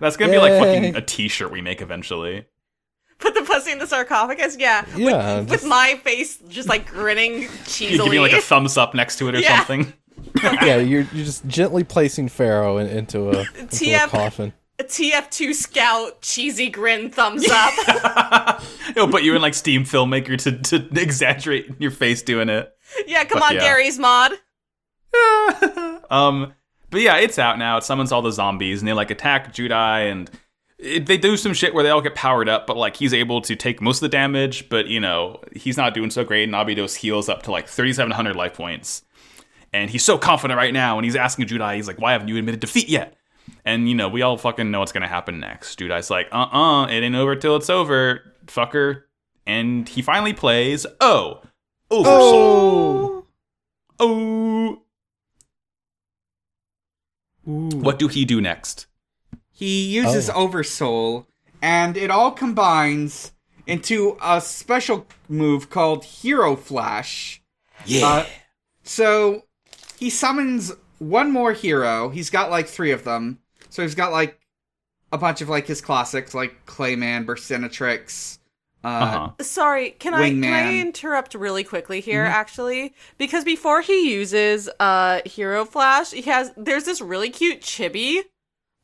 That's gonna be like
Yay.
fucking a T-shirt we make eventually.
Put the pussy in the sarcophagus. Yeah. With-
Yeah,
With,
just-
my face just like grinning
You give
cheesily.
me like a thumbs up next to it or
Yeah.
something.
yeah, you're you're just gently placing Pharaoh in, into a into a
TM.
coffin.
a TF2 scout cheesy grin thumbs up.
It'll put you in like Steam Filmmaker to to exaggerate your face doing it.
yeah, come
But
on,
yeah.
Gary's mod.
um, but yeah, it's out now. It summons all the zombies, and they like attack Judai, and it, they do some shit where they all get powered up. But like he's able to take most of the damage, but you know he's not doing so great. And Abydos heals up to like thirty seven hundred life points, and he's so confident right now. And he's asking Judai, he's like, "Why haven't you admitted defeat yet?" And you know we all fucking know what's gonna happen next. Judai's like, "Uh uh, it ain't over till it's over, fucker." And he finally plays. Oh, Oversoul.
Oh,
oh. What Oh. do he do next?
He uses Oversoul, and it all combines into a special move called Hero Flash. Yeah.
Uh,
so he summons one more hero. He's got like three of them. So he's got like a bunch of like his classics, like Clayman, Bursenatrix. Uh,
Uh-huh.
Sorry, can I can I
Wingman.
interrupt really quickly here
Mm-hmm.
actually? Because before he uses uh Hero Flash, he has there's this really cute chibi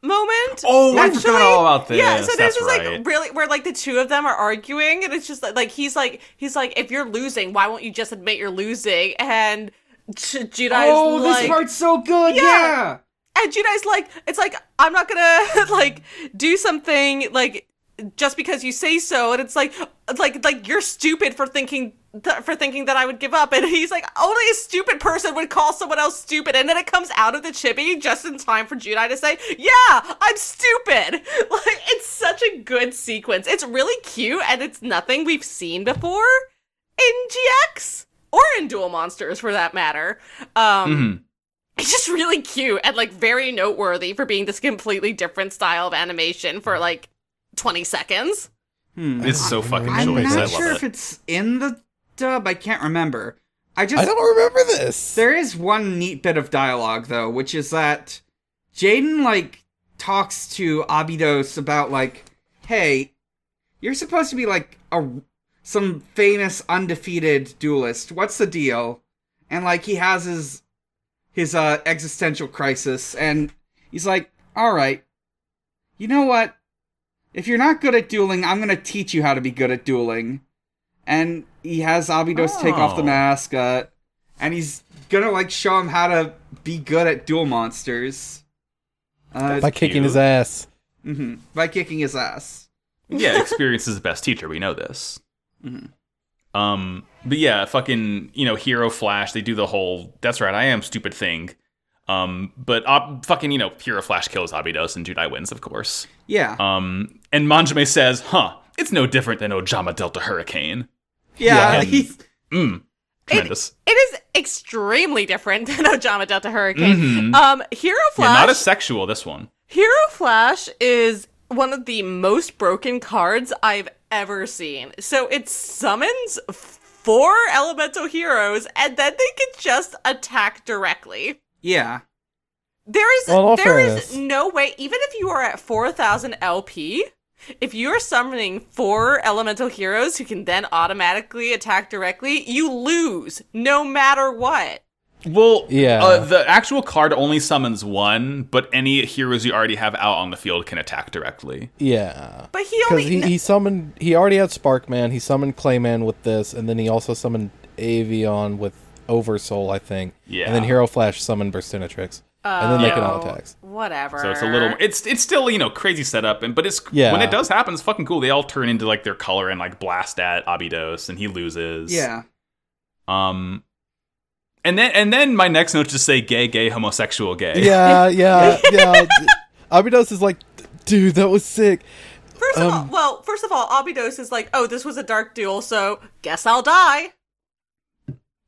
moment.
Oh, I forgot
actually.
all about
Yeah,
this.
so there's
That's
this
right.
like really where like the two of them are arguing and it's just like, like he's like he's like if you're losing, why won't you just admit you're losing? And J- Judai's
Oh,
like,
this part's so good. Yeah.
Yeah. and Judai's like, it's like I'm not gonna like do something like just because you say so, and it's like, like, like you're stupid for thinking th- for thinking that I would give up, and he's like, only a stupid person would call someone else stupid, and then it comes out of the chibi just in time for Judai to say, yeah, I'm stupid. Like it's such a good sequence. It's really cute, and it's nothing we've seen before in GX or in Dual Monsters for that matter. Um. It's just really cute and like very noteworthy for being this completely different style of animation for like 20 seconds.
It's so fucking
I'm
I'm
choice. I
not
love
sure if
it.
it's in the dub. I can't remember. I just
I don't remember this.
There is one neat bit of dialogue though, which is that Jaden like talks to Abydos about like, "Hey, you're supposed to be like a some famous undefeated duelist. What's the deal?" And like he has his his uh existential crisis and he's like, "All right. You know what? If you're not good at dueling, I'm going to teach you how to be good at dueling." And he has Abydos take off the
Oh.
mask uh and he's gonna like show him how to be good at duel monsters uh,
By kicking
cute.
his ass.
mhm, by kicking his ass.
yeah, experience is the best teacher. We know this. Um, but yeah, fucking you know, hero flash. They do the whole "that's right, I am stupid" thing. Um, but uh, fucking you know, hero flash kills Abydos and Judai wins, of course.
Yeah,
Um, and Manjime says, "Huh, it's no different than Ojama Delta Hurricane."
yeah,
yeah.
he's-
Mm, tremendous.
It is extremely different than Ojama Delta Hurricane. Um, Hero
yeah,
Flash.
not as sexual. This one.
Hero Flash is one of the most broken cards I've ever seen. So it summons four elemental heroes, and then they can just attack directly.
yeah,
There is
Well, in all
there is
fairness-
no way. Even if you are at four thousand LP, if you are summoning four elemental heroes who can then automatically attack directly, you lose no matter what.
Well,
Yeah.
Uh, the actual card only summons one, but any heroes you already have out on the field can attack directly.
Yeah.
But he
Because
only
he, he summoned, he already had Sparkman, he summoned Clayman with this, and then he also summoned Avion with Oversoul, I think. And then
Yeah.
Hero Flash summoned Burstinatrix. and then they can all
Oh,
attack.
Whatever.
So it's a little. It's it's still you know crazy setup, and but it's
Yeah.
when it does happen, it's fucking cool. They all turn into like their color and like blast at Abydos, and he loses.
yeah.
Um. And then and then my next note just say gay, gay, homosexual, gay.
Yeah, yeah, yeah. Abydos is like, dude, that was sick.
First
Um,
of all, well, first of all, Abydos is like, oh, this was a dark duel, so guess I'll die.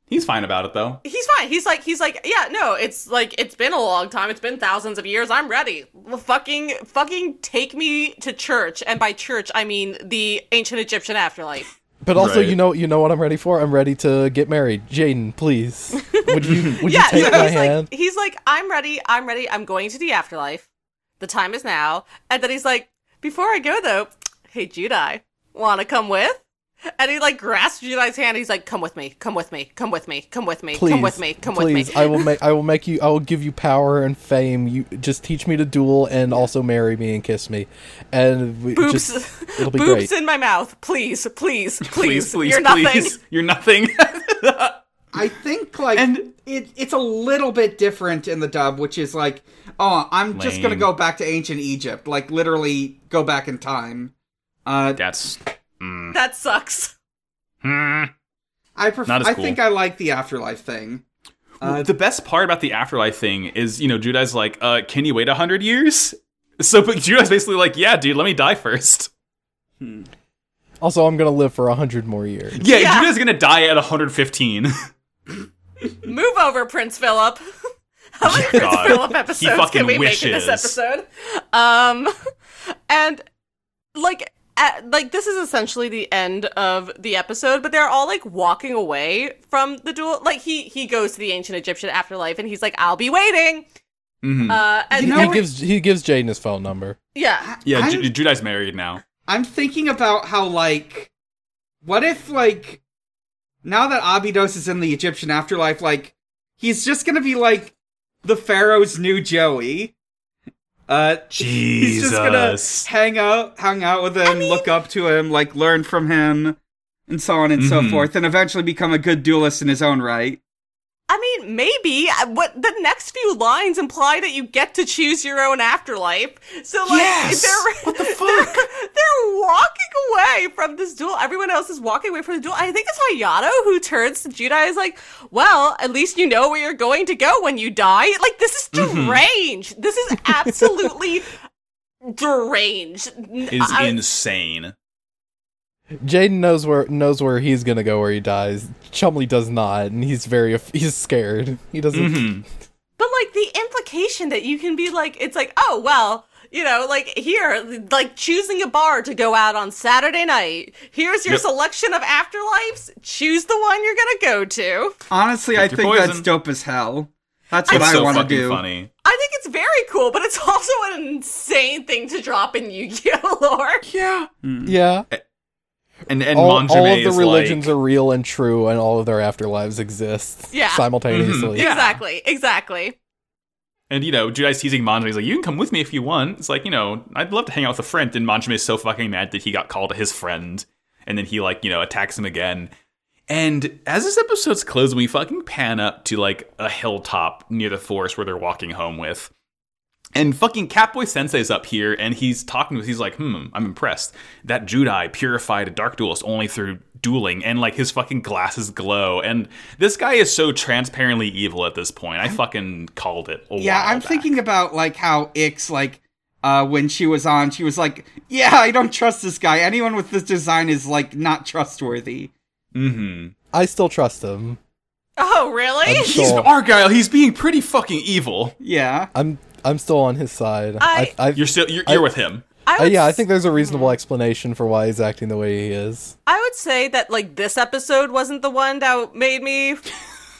He's fine about it though.
He's fine. He's like, he's like, yeah, no, it's like, it's been a long time. It's been thousands of years. I'm ready. Well, fucking, fucking take me to church. And by church, I mean the ancient Egyptian afterlife.
But also,
Right.
you know, you know what I'm ready for. I'm ready to get married. Jaden, please, would you would
yeah,
you take
so
my
he's
hand?
like, he's like, I'm ready. I'm ready. I'm going to the afterlife. The time is now. And then he's like, before I go though, hey, Judai, wanna come with? And he like grasps Judai's hand. He's like, come with me. Come with me. Come with me. Come with me.
please,
come with me. Come
please,
with me.
I will make I will make you I will give you power and fame. You just teach me to duel and also marry me and kiss me, and we
boobs,
just it'll be
boobs
great.
in my mouth. Please, please, please.
Please, please,
You're
please.
nothing.
You're nothing.
I think like
And-
it, it's a little bit different in the dub, which is like, oh, I'm just gonna
Lame.
go back to ancient Egypt, like literally go back in time. Uh,
That's
That sucks.
hmm.
I prefer.
Not as
I
cool.
think I like the afterlife thing. Uh,
the best part about the afterlife thing is, you know, Judai's like, uh, can you wait a hundred years? So, but Judai's basically like, yeah, dude, let me die first.
Also, I'm gonna live for a hundred more years.
Yeah,
Yeah.
Judai's gonna die at 115.
Move over, Prince Philip. How many Prince
Oh God.
Philip
He
episodes
fucking
can we make in this
wishes.
episode? Um, and like, at, like this is essentially the end of the episode, but they're all like walking away from the duel. Like he he goes to the ancient Egyptian afterlife, and he's like, "I'll be waiting."
Mm-hmm.
Uh, and
You know
He
what-
gives he gives Jaden his phone number.
yeah,
yeah,
I'm-
Ju- Judai's married now.
I'm thinking about how like what if like now that Abydos is in the Egyptian afterlife, like he's just gonna be like the Pharaoh's new Joey. Uh he's just gonna
Jesus.
hang out hang out with him, look up to him, like learn from him, and so on and so
Mhm.
forth, and eventually become a good duelist in his own right.
I mean, maybe I- what the next few lines imply that you get to choose your own afterlife. So like
Yes!
they're
What the fuck?
They're, they're walking away from this duel. Everyone else is walking away from the duel. I think it's Hayato who turns to Judai is like, "Well, at least you know where you're going to go when you die." Like this is
Mm-hmm.
deranged. This is absolutely deranged.
It is
I-
insane.
Jaden knows where knows where he's gonna go where he dies. Chumley does not, and he's very af- he's scared. He doesn't.
hmm
But like the implication that you can be like, it's like, oh well, you know, like here, like choosing a bar to go out on Saturday night. Here's your
Yep.
selection of afterlives. Choose the one you're gonna go to.
Honestly, I
your
think
poison.
that's dope as hell. That's what
It's
I
so
want to
fucking
do.
funny.
I think it's very cool, but it's also an insane thing to drop in Yu-Gi-Oh lore.
Yeah.
Yeah,
And and
all,
Manjime
all of the
is
religions
like,
are real and true, and all of their afterlives exist
Yeah.
simultaneously.
Mhm. Yeah.
Exactly, exactly.
and you know, Judai's teasing Manjime. He's like, "You can come with me if you want." It's like, you know, I'd love to hang out with a friend. And Manjime is so fucking mad that he got called his friend, and then he like, you know, attacks him again. And as this episode's closing, we fucking pan up to like a hilltop near the forest where they're walking home with. And fucking Catboy Sensei's up here, and he's talking to us. He's like, hmm, I'm impressed. That Judai purified a Dark Duelist only through dueling, and like his fucking glasses glow. And this guy is so transparently evil at this point. I fucking called it. A
Yeah,
while
I'm
back.
thinking about like how Ix like uh when she was on, she was like, "Yeah, I don't trust this guy. Anyone with this design is like not trustworthy."
Mhm.
I still trust him.
Oh really?
I'm
He's
still,
Argyle. He's being pretty fucking evil.
Yeah.
I'm I'm still on his side.
I-
I, I,
You're still you're, you're with him.
I- Uh, yeah, I
s- Hmm.
think there's a reasonable explanation for why he's acting the way he is.
I would say that like this episode wasn't the one that made me.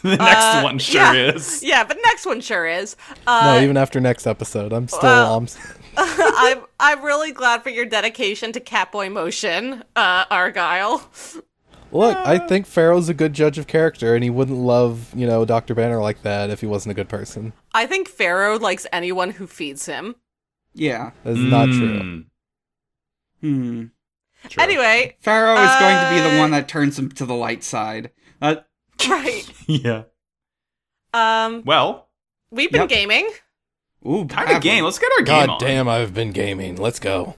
The next
uh,
one sure
yeah.
is.
Yeah, but next one sure is.
No,
Uh,
even after next episode, I'm still
well-
um,
I'm I'm really glad for your dedication to Catboy Motion, uh, Argyle.
Look, I
uh,
think Pharaoh's a good judge of character, and he wouldn't love, you know, Dr. Banner like that if he wasn't a good person.
I think Pharaoh likes anyone who feeds him.
Yeah.
That's not true.
Hmm.
Mm, True.
Anyway,
Pharaoh is going to be
Uh,
the one that turns him to the light side. Uh,
right.
Yeah.
Um,
Well,
we've been
Yep.
gaming.
ooh,
kind
have
of game.
him.
Let's get our game
God
on.
damn, I've been gaming. Let's go.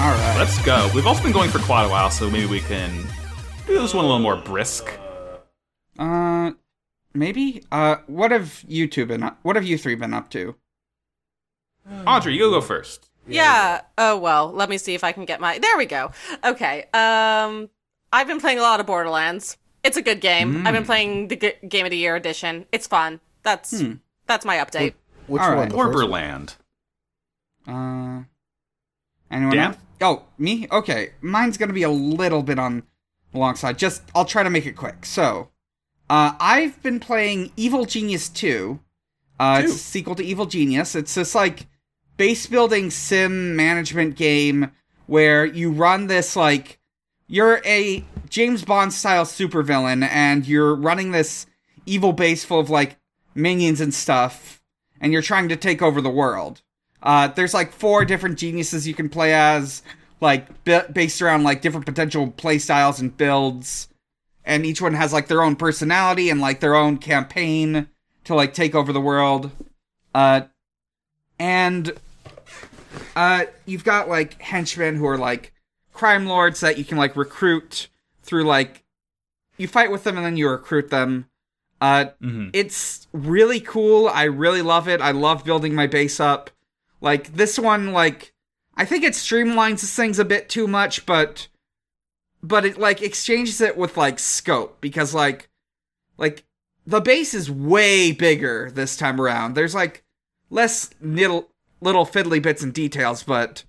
All right.
Let's go. We've also been going for quite a while, so maybe we can do this one a little more brisk.
Uh, maybe. Uh, what have you two been? Up- what have you three been up to?
Audrey, you go first.
Yeah. Oh well, let me see if I can get my. There we go. Okay. Um, I've been playing a lot of Borderlands. It's a good game. I've been playing the G- Game of the Year edition. It's fun. That's that's my update.
Which
All
one?
right.
The first one?
Borderland.
Uh, anyone?
Dan?
Else? Oh, me. Okay, mine's gonna be a little bit on the long side. Just I'll try to make it quick. So, uh, I've been playing Evil Genius Two. Uh, it's a
Two.
sequel to Evil Genius. It's this like base building sim management game where you run this like you're a James Bond style supervillain and you're running this evil base full of like minions and stuff and you're trying to take over the world. Uh, there's like four different geniuses you can play as, like b- based around like different potential play styles and builds, and each one has like their own personality and like their own campaign to like take over the world. Uh, and uh, you've got like henchmen who are like crime lords that you can like recruit through like you fight with them and then you recruit them. Uh, it's really cool. I really love it. I love building my base up. Like this one, like I think it streamlines things a bit too much, but but it like exchanges it with like scope because like like the base is way bigger this time around. There's like less little little fiddly bits and details, but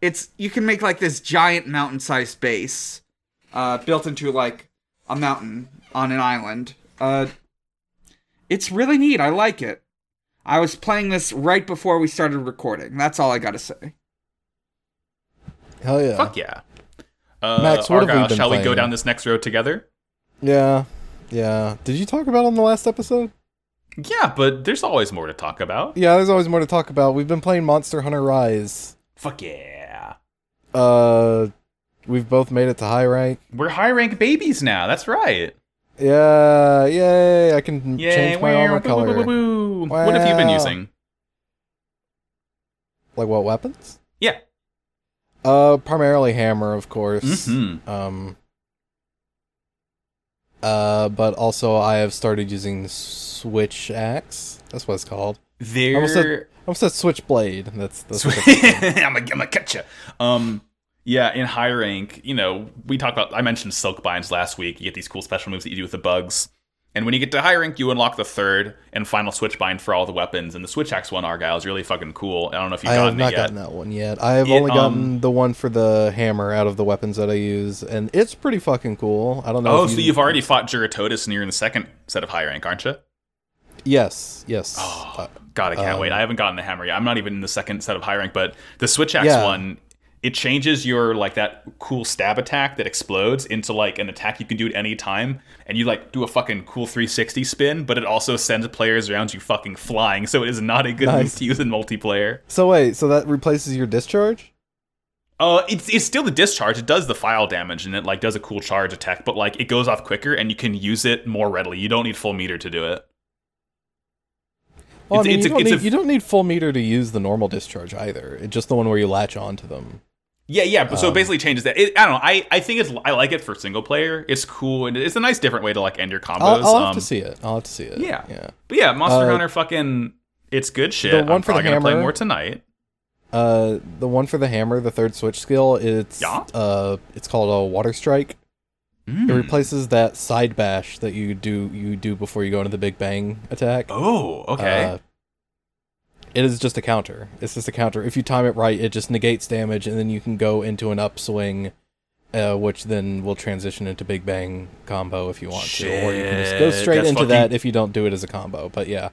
it's you can make like this giant mountain sized base uh built into like a mountain on an island. Uh it's really neat. I like it. I was playing this right before we started recording. That's all I gotta say.
Hell yeah.
Fuck yeah. Uh,
Max, what have we
Argyle,
been
shall we go
playing?
down this next road together?
Yeah. Yeah. Did you talk about it on the last episode?
Yeah, but there's always more to talk about.
Yeah, there's always more to talk about. We've been playing Monster Hunter Rise.
Fuck yeah.
Uh, we've both made it to high rank.
We're high rank babies now. That's right.
Yeah, yay! I can
Yay.
change my
Wow,
armor
boo, boo,
color.
boo, boo, boo. What have you been
Wow.
using?
Like what weapons?
Yeah.
Uh, primarily hammer, of course.
hmm
Um. Uh, but also I have started using switch axe. That's what it's called. I almost said,
There.
I almost said switch blade. That's that's what it's called.
I'm gonna, I'm gonna cut you. Um, yeah, in high rank, you know, we talked about. I mentioned silk binds last week. You get these cool special moves that you do with the bugs, and when you get to high rank, you unlock the third and final switch bind for all the weapons. And the switch axe one Argyle is really fucking cool. I don't know if you've
I have
gotten
not
it yet.
gotten that one yet. I have
It,
only gotten
um,
the one for the hammer out of the weapons that I use, and it's pretty fucking cool. I don't know.
Oh,
if
so
you-
you've already fought Juratodus, and you're in the second set of high rank, aren't you?
Yes, yes.
Oh.
Uh,
God, I can't
Um,
wait. I haven't gotten the hammer yet. I'm not even in the second set of high rank, but the switch axe
Yeah.
one, it changes your like that cool stab attack that explodes into like an attack you can do at any time, and you like do a fucking cool 360 spin, but it also sends players around you fucking flying. So it is not a good
Nice.
move to use in multiplayer.
so wait, so that replaces your discharge?
Uh, it's it's still the discharge. It does the file damage and it like does a cool charge attack, but like it goes off quicker and you can use it more readily. You don't need full meter to do it.
Well,
It's-
I mean,
it's
you,
a-
don't
it's a-
need, you don't need full meter to use the normal discharge either. It's just the one where you latch onto them.
Yeah, yeah. But so it
Um,
basically changes that. It, I don't know. I, I think it's I like it for single player. It's cool and it's a nice different way to like end your combos.
I'll, I'll have
Um,
to see it. I'll have to see it.
yeah.
yeah.
But yeah, Monster
Uh,
Hunter fucking it's good shit.
the
I'm
one for the
probably gonna play
hammer-
more tonight.
Uh, the one for the hammer, the third switch skill, it's
Yeah. Hmm.
uh, it's called a water strike. It replaces that side bash that you do you do before you go into the big bang attack.
Oh, okay.
Uh, it is just a counter. It's just a counter. If you time it right, it just negates damage, and then you can go into an upswing, uh, which then will transition into Big Bang combo if you want to, or you can just go
Shit,
straight
that's
into
fucking-
that if you don't do it as a combo. But yeah,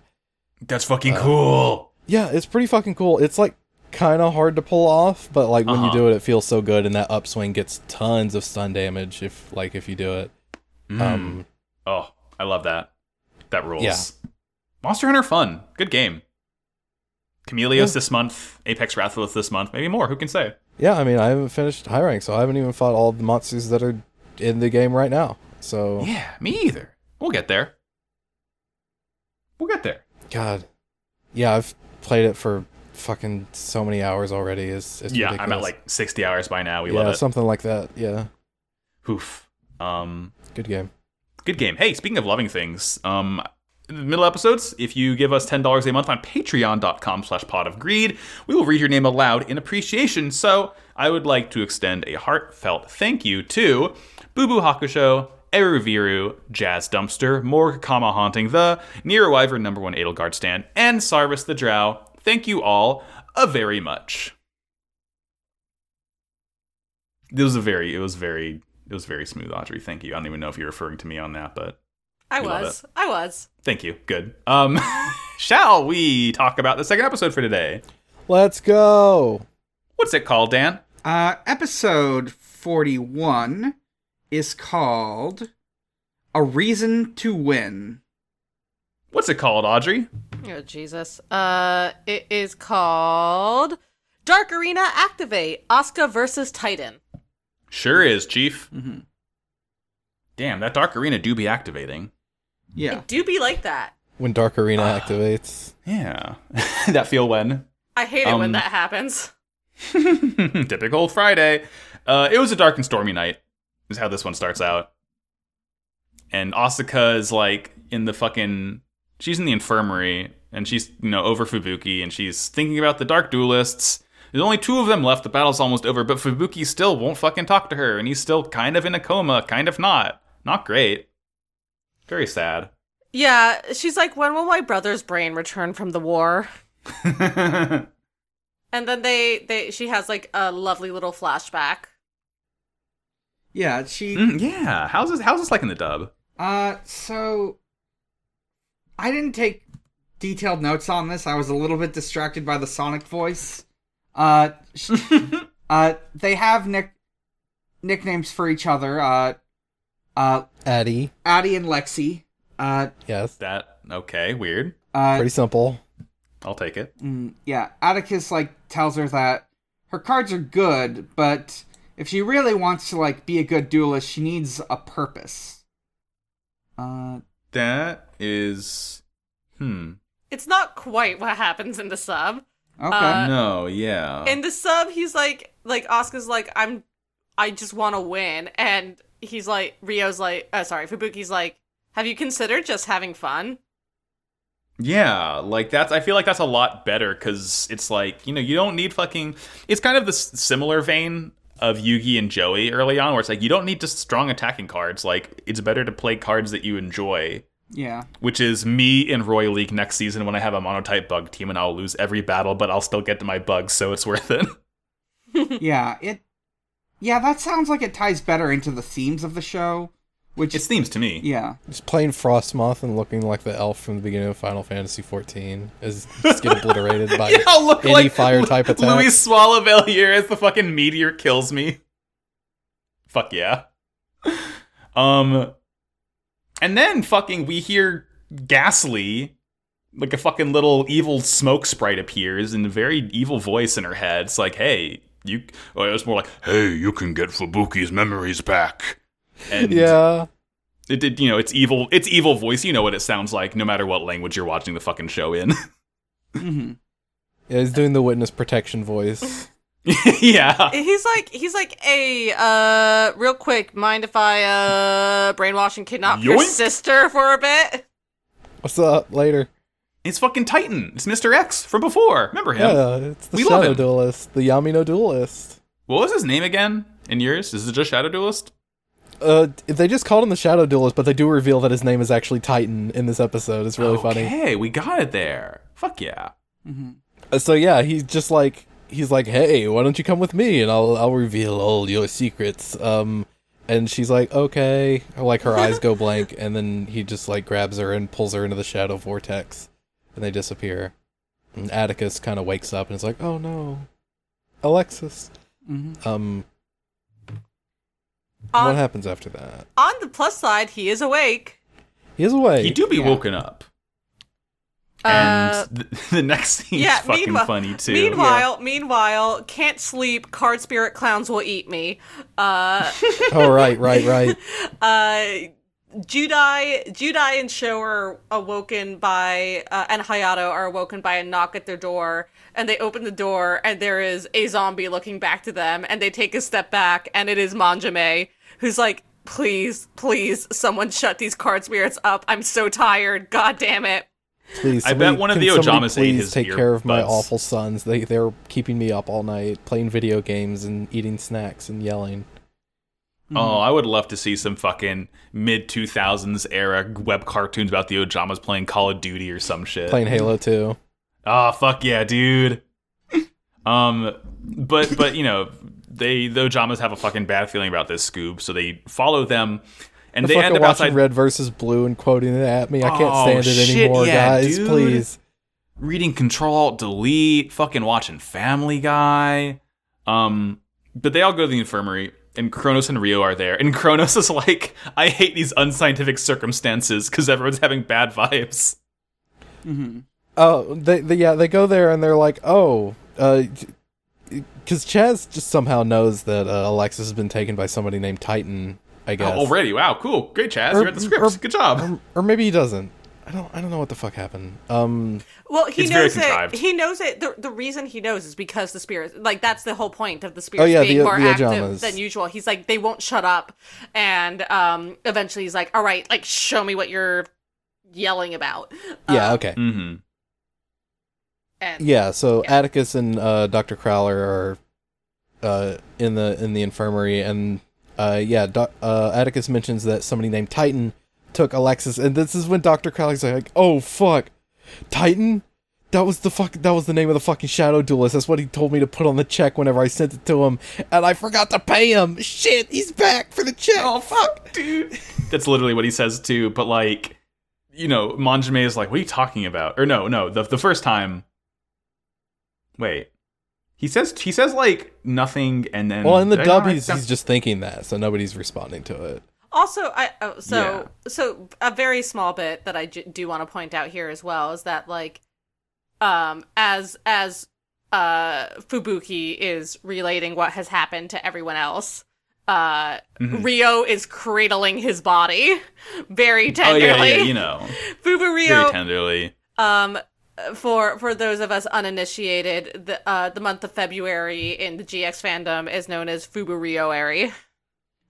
That's fucking
uh,
cool.
yeah, it's pretty fucking cool. It's like kind of hard to pull off, but like when you
Uh-huh.
do it, it feels so good, and that upswing gets tons of stun damage if like if you do it.
Mm.
Um,
Hmm. Oh, I love that. That rules.
Yeah.
Monster Hunter fun. Good game. Camellios this month, Apex Wrathless this month, maybe more, who can say?
yeah, I mean, I haven't finished high rank, so I haven't even fought all the monsters that are in the game right now. So
Yeah, me either. We'll get there. We'll get there.
God, yeah, I've played it for fucking so many hours already. It's, it's
yeah,
ridiculous.
I'm at like 60 hours by now. We
yeah,
love it.
something like that. Yeah,
Oof. Um,
good game.
good game. Hey, speaking of loving things, um, in the middle episodes, if you give us $10 a month on patreon.com slash pot of greed, we will read your name aloud in appreciation. So I would like to extend a heartfelt thank you to Boo Boo Hakusho, Eruviru, Jazz Dumpster, Morg Kama Haunting the, Nero Wyvern number one Edelgard stand, and Sarvis the Drow. Thank you all a very much. It was a very, it was very, it was very smooth, Audrey. Thank you. I don't even know if you're referring to me on that, but
I
We love
was. I was.
thank you. Good. Um, shall we talk about the second episode for today?
Let's go.
What's it called, Dan?
Uh, episode 41 is called A Reason to Win.
What's it called, Audrey?
Oh Jesus. Uh it is called Dark Arena Activate Asuka versus Titan.
Sure is, Chief.
Mhm.
Damn, that dark arena do be activating.
Yeah.
Do be like that.
When Dark Arena
Ah.
activates,
Yeah, that feel when.
I hate it when
Um,
that happens.
Typical Friday. Uh, it was a dark and stormy night, is how this one starts out. And Asuka is like in the fucking. She's in the infirmary and she's, you know, over Fubuki and she's thinking about the dark duelists. There's only two of them left. The battle's almost over, but Fubuki still won't fucking talk to her and he's still kind of in a coma, kind of not. Not great. Very sad.
Yeah, she's like, when will my brother's brain return from the war?
Mm,
And then they, they she has like a lovely little flashback.
Yeah, she
Mm, yeah. How's this, how's this like in the dub?
Uh, so I didn't take detailed notes on this. I was a little bit distracted by the Sonic voice. Uh, sh- uh, they have nick nicknames for each other. Uh, uh,
Addy,
Addie and Lexi. Uh,
yes,
That Okay, weird.
Uh,
Pretty simple.
I'll take it.
Mm, yeah, Atticus like tells her that her cards are good, but if she really wants to like be a good duelist, she needs a purpose. Uh,
That is. Hmm.
It's not quite what happens in the sub.
okay.
Uh,
No, yeah.
In the sub, he's like, like Oscar's like, I'm, I just want to win, and he's like, Rio's like, uh, sorry, Fubuki's like, have you considered just having fun?
Yeah, like that's. I feel like that's a lot better because it's like you know you don't need fucking. It's kind of this similar vein of Yugi and Joey early on, where it's like you don't need just strong attacking cards. Like it's better to play cards that you enjoy,
yeah.
which is me in Roy League next season when I have a monotype bug team and I'll lose every battle, but I'll still get to my bugs, so it's worth it.
yeah, it. Yeah, that sounds like it ties better into the themes of the show, which
It seems to me.
yeah,
Just playing Frostmoth and looking like the elf from the beginning of Final Fantasy XIV is just get obliterated by
Yeah, I'll look
any
like
fire type
Lu-
attack.
Louis Swallowvelier as the fucking meteor kills me. Fuck yeah. Um, and then fucking we hear Ghastly, like a fucking little evil smoke sprite appears in a very evil voice in her head. It's like, hey, you. Or it was more like, hey, you can get Fubuki's memories back. And
yeah,
it did, you know, it's evil. It's evil voice. You know what it sounds like, no matter what language you're watching the fucking show in.
hmm
yeah, he's doing the witness protection voice.
yeah.
He's like, he's like, hey, uh, real quick, mind if I uh brainwash and kidnap your
Yoink.
sister for a bit?
What's up? Later.
It's fucking Titan. It's Mr. X from before. Remember him?
Yeah, it's the
We love
Shadow
him.
Duelist, the Yamino Duelist.
What was his name again? In yours? Is it just Shadow Duelist?
Uh, they just called him the Shadow Duelist, but they do reveal that his name is actually Titan in this episode. It's
Oh,
really funny.
Okay, we got it there. Fuck yeah.
Uh, So yeah, he's just like he's like, "Hey, why don't you come with me and I'll I'll reveal all your secrets." Um and she's like, "Okay." Like her eyes go blank and then he just like grabs her and pulls her into the shadow vortex and they disappear. And Atticus kind of wakes up and is like, "Oh no. Alexis." Um
On, Um,
what happens after that?
on the plus side, he is awake.
He is away.
He do be
Yeah.
woken up.
Uh,
And th- the next scene's
yeah,
fucking
meanwhile-
funny too.
Meanwhile, meanwhile, can't sleep. Card spirit clowns will eat me. Uh,
oh right, right, right.
uh, Judai, Judai and Sho are awoken by, uh, and Hayato are awoken by a knock at their door, and they open the door, and there is a zombie looking back to them, and they take a step back, and it is Manjame, who's like, please, please, someone shut these card spirits up. I'm so tired. God damn it.
Please,
I bet
somebody-
one of
can
the
somebody
Ojamas ate
please
his
take care of my
earbuds.
awful sons. They they're keeping me up all night playing video games and eating snacks and yelling.
Oh, I would love to see some fucking mid 2000s era web cartoons about the Ojamas playing Call of Duty or some shit.
Playing Halo 2.
Oh fuck yeah, dude. um, but but you know they the Ojamas have a fucking bad feeling about this Scoob, so they follow them, and
They
they
fucking
end up
watching
outside
Red versus Blue and quoting it at me. I can't
Oh,
stand it
shit,
anymore,
yeah,
guys.
dude.
Please.
reading Control Alt Delete, fucking watching Family Guy. Um, but they all go to the infirmary. And Kronos and Rio are there. And Kronos is like, I hate these unscientific circumstances because everyone's having bad vibes.
Oh, they, they yeah, they go there and they're like, oh, because Chaz just somehow knows that uh, Alexis has been taken by somebody named Titan. I guess.
Oh, already. Wow, cool. Great, Chaz.
Or-
you read the scripts.
or-
Good job.
Or, or maybe he doesn't. I don't. I don't know what the fuck happened. Um.
Well, he
It's very
knows it.
contrived.
He knows it. The, the reason he knows is because the spirits, like that's the whole point of the spirits
Oh, yeah,
being
the-
more
the
active
Ajamas.
than usual. He's like, they won't shut up, and um, eventually he's like, all right, like show me what you're yelling about.
Yeah.
Uh,
okay.
hmm
and
Yeah, so Atticus and uh, Doctor Crowler are uh, in the in the infirmary, and uh, yeah, doc, uh, Atticus mentions that somebody named Titan took Alexis, and this is when Doctor Crowler's like, "Oh fuck, Titan." That was the fuck. That was the name of the fucking shadow duelist. That's what he told me to put on the check whenever I sent it to him, and I forgot to pay him. Shit, he's back for the check.
Oh fuck, dude. That's literally what he says too. But like, you know, Manjime is like, "What are you talking about?" Or no, no, the the first time. Wait, he says he says like nothing, and then
well, in the
Did I not
dub,
write
he's,
down-
he's just thinking that, so nobody's responding to it.
Also, I oh, so
Yeah.
so a very small bit that I j- do want to point out here as well is that like, um, as as uh Fubuki is relating what has happened to everyone else, uh,
Mm-hmm.
Rio is cradling his body very
Oh
tenderly.
yeah, yeah, you know,
Fubu
very
Rio
tenderly.
um for for those of us uninitiated the uh the month of february in the gx fandom is known as fuburyooary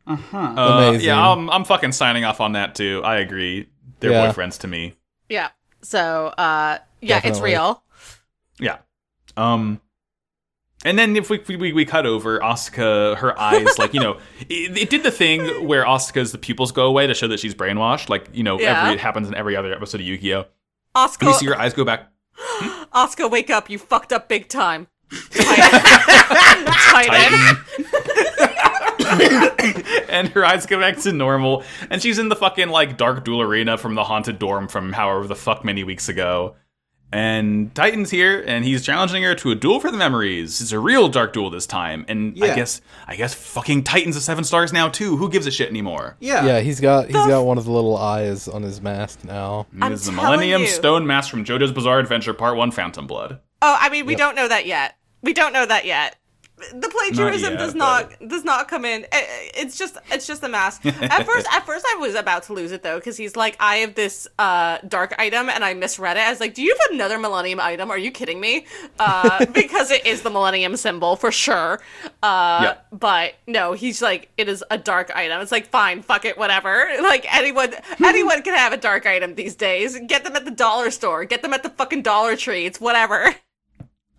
Uh huh.
Uh,
Amazing.
Yeah, I'm, I'm fucking signing off on that too. I agree. They're
Yeah.
boyfriends to me.
yeah so uh yeah it's
Definitely.
real
Yeah. Um. And then if we we, we cut over Asuka, her eyes like you know it, it did the thing where Asuka's the pupils go away to show that she's brainwashed. Like you know,
Yeah.
every it happens in every other episode of Yu-Gi-Oh.
oscar
You see her eyes go back
oscar wake up you fucked up big time Titan. Titan.
and her eyes go back to normal. And she's in the fucking like dark duel arena from the haunted dorm from however the fuck many weeks ago. And Titan's here, and he's challenging her to a duel for the memories. It's a real dark duel this time. And I
Yeah.
guess, I guess, fucking Titan's a seven stars now too. Who gives a shit anymore?
yeah.
Yeah, he's got he's got one of the little eyes on his mask now.
I'm
it is the
telling
Millennium
you.
Stone Mask from JoJo's Bizarre Adventure Part One: Phantom Blood.
oh i mean we don't know that yet we don't know that yet the plagiarism
yet,
does
but-
not does not come in. I- I- It's just it's just a mask. at first, at first, I was about to lose it though because he's like, I have this uh, dark item and I misread it. I was like, Do you have another Millennium item? Are you kidding me? Uh, because it is the Millennium symbol for sure. Uh,
Yeah.
But no, he's like, it is a dark item. It's like, fine, fuck it, whatever. Like anyone, anyone can have a dark item these days. Get them at the dollar store. Get them at the fucking Dollar Tree. It's whatever.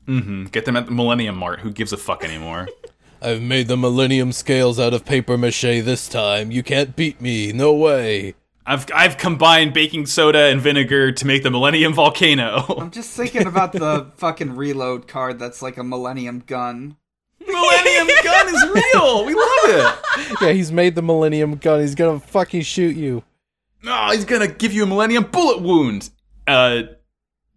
Mm-hmm. Get them at the Millennium Mart. Who gives a fuck anymore?
I've made the Millennium scales out of paper mache this time. You can't beat me. No way.
I've I've combined baking soda and vinegar to make the Millennium Volcano.
I'm just thinking about the fucking reload card that's like a Millennium gun.
Millennium Gun is real. We love it.
Yeah, he's made the Millennium gun. He's gonna fucking shoot you.
Oh, he's gonna give you a Millennium bullet wound. Uh,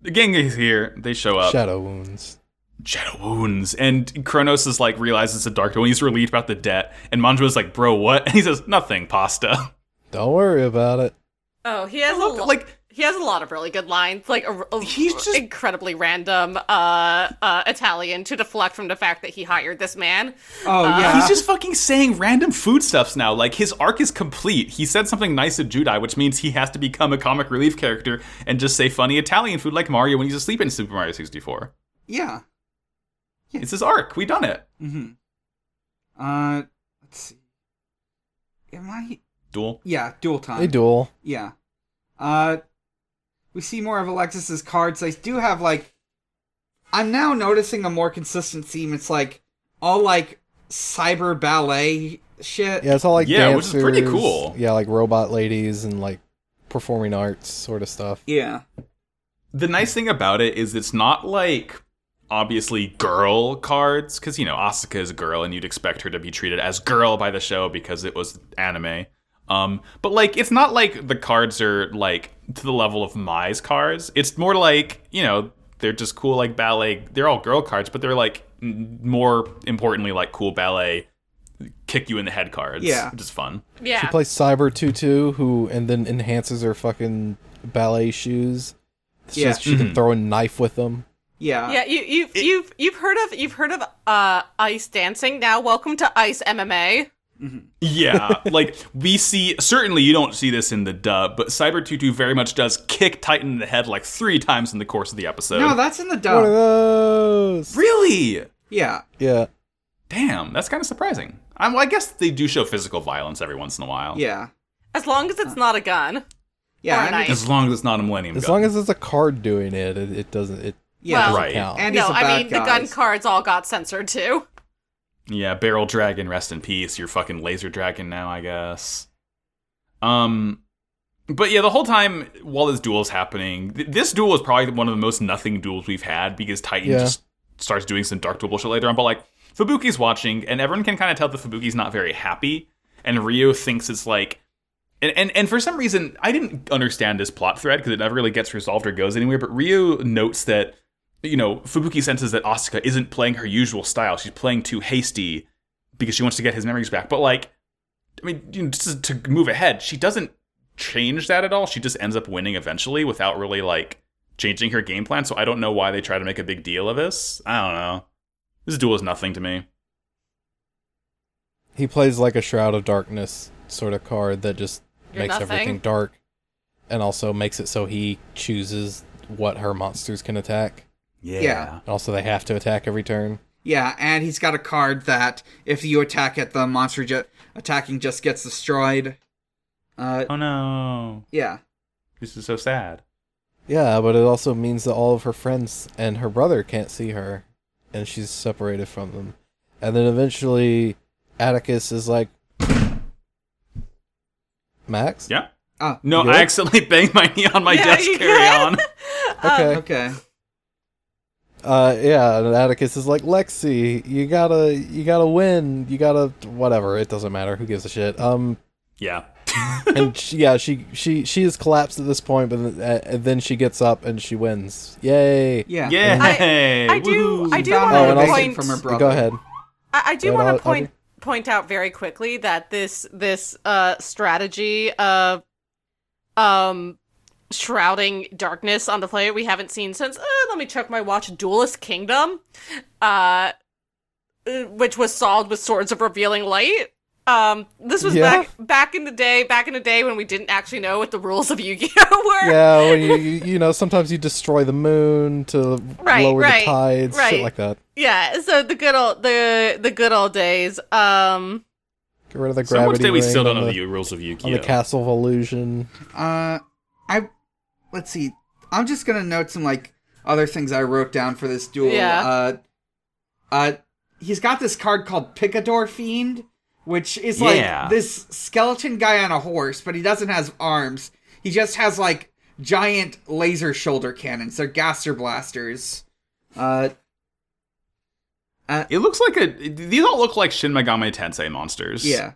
the gang is here. They show up.
Shadow wounds.
Shadow wounds. And Kronos is like realizes it's a dark when he's relieved about the debt. And Manjo's like, bro, what? And he says, nothing, pasta.
Don't worry about it.
Oh, he has a
love
lo-
that, like-
he has a lot of really good lines, like a, a-
He's just-
incredibly random uh, uh, Italian to deflect from the fact that he hired this man.
Oh yeah.
Uh, He's just fucking saying random foodstuffs now. Like his arc is complete. He said something nice to Judai, which means he has to become a comic relief character and just say funny Italian food like Mario when he's asleep in Super Mario 64.
yeah.
It's his arc. We done it.
Mm-hmm. Uh, let's see. Am I?
Duel.
Yeah, dual time.
They duel.
Yeah. Uh, we see more of Alexis's cards. They do have like. I'm now noticing a more consistent theme. It's like all like cyber ballet shit.
Yeah, it's all like
Yeah, which
dancers.
is pretty cool.
Yeah, like robot ladies and like performing arts sort of stuff.
Yeah.
the nice thing about it is it's not like obviously girl cards because you know asuka is a girl and you'd expect her to be treated as girl by the show because it was anime um but like it's not like the cards are like to the level of mai's cards it's more like you know they're just cool like ballet they're all girl cards but they're like n- more importantly like cool ballet kick you in the head cards
Yeah.
which is fun
She
Yeah,
plays Cyber Tutu, who and then enhances her fucking ballet shoes. She,
Yeah.
she
Mm-hmm.
can throw a knife with them.
Yeah.
yeah. You you you've you've heard of you've heard of uh, ice dancing. Now, welcome to ice MMA.
Yeah, like we see. Certainly, you don't see this in the dub, but Cyber Tutu very much does kick Titan in the head like three times in the course of the episode.
No, that's in the
One of
dub.
those.
really?
Yeah.
Yeah.
Damn, that's kind of surprising. I, well, I guess they do show physical violence every once in a while.
Yeah.
As long as it's not a gun.
Yeah.
Or
and
nice.
it's-
as long as it's not a Millennium.
As
Gun.
long as it's a card doing it, it, it doesn't. It
yeah.
Well-
right.
count.
And he's
no,
a bad
I mean the gun
guys.
cards all got censored too.
Yeah, Barrel Dragon, rest in peace. You're fucking Laser Dragon now, I guess. Um, but yeah, the whole time while this duel is happening, th- this duel is probably one of the most nothing duels we've had because Titan
Yeah.
just starts doing some dark duel bullshit later on. But like, Fubuki's watching, and everyone can kind of tell that Fubuki's not very happy, and Ryo thinks it's like. And, and, and for some reason, I didn't understand this plot thread because it never really gets resolved or goes anywhere. But Ryo notes that you know, Fubuki senses that Asuka isn't playing her usual style. She's playing too hasty because she wants to get his memories back. But like, I mean, you know, just to move ahead, she doesn't change that at all. She just ends up winning eventually without really like changing her game plan. So I don't know why they try to make a big deal of this. I don't know. This duel is nothing to me.
He plays like a shroud of darkness sort of card that just
You're
makes
nothing.
everything dark, and also makes it so he chooses what her monsters can attack.
Yeah.
Also, they have to attack every turn.
Yeah, and he's got a card that if you attack it, the monster ju- attacking just gets destroyed. Uh,
Oh no.
yeah.
This is so sad.
Yeah, but it also means that all of her friends and her brother can't see her, and she's separated from them. And then eventually, Atticus is like, Max?
Yeah.
Oh,
No,
You
I
good?
accidentally banged my knee on my
Yeah,
desk.
you
Carry
did.
on.
Um,
Okay.
okay.
Uh, yeah, and Atticus is like, Lexi, you gotta, you gotta win, you gotta, whatever, it doesn't matter, who gives a shit. Um,
Yeah.
and she, yeah, she, she, she is collapsed at this point, but th- uh, and then she gets up and she wins. Yay!
Yeah.
Yay.
I do- I
Woohoo.
do
Found
wanna
Oh, and
motivation
also-
from her brother.
Go ahead.
I, I do
Right,
want
I'll- I'll
to point
do-
point out very quickly that this this uh strategy of um shrouding darkness on the player we haven't seen since uh, let me check my watch Duelist Kingdom uh uh, which was solved with swords of revealing light um this was
Yeah.
back back in the day back in the day when we didn't actually know what the rules of Yu-Gi-Oh were
Yeah, when you, you, you know, sometimes you destroy the moon to
Right,
lower the
right,
tides,
right.
shit like that.
yeah so the good old the the good old days um
Get rid of the
Someone
gravity
say we
ring
still don't
on
know
the,
the rules of Yu-Gi-Oh.
on the castle of illusion.
Uh, I let's see. I'm just gonna note some like other things I wrote down for this duel.
Yeah.
Uh, uh, he's got this card called Picador Fiend, which is
Yeah.
like this skeleton guy on a horse, but he doesn't have arms. He just has like giant laser shoulder cannons. They're gaster blasters. Uh,
It looks like a. These all look like Shin Megami Tensei monsters.
yeah.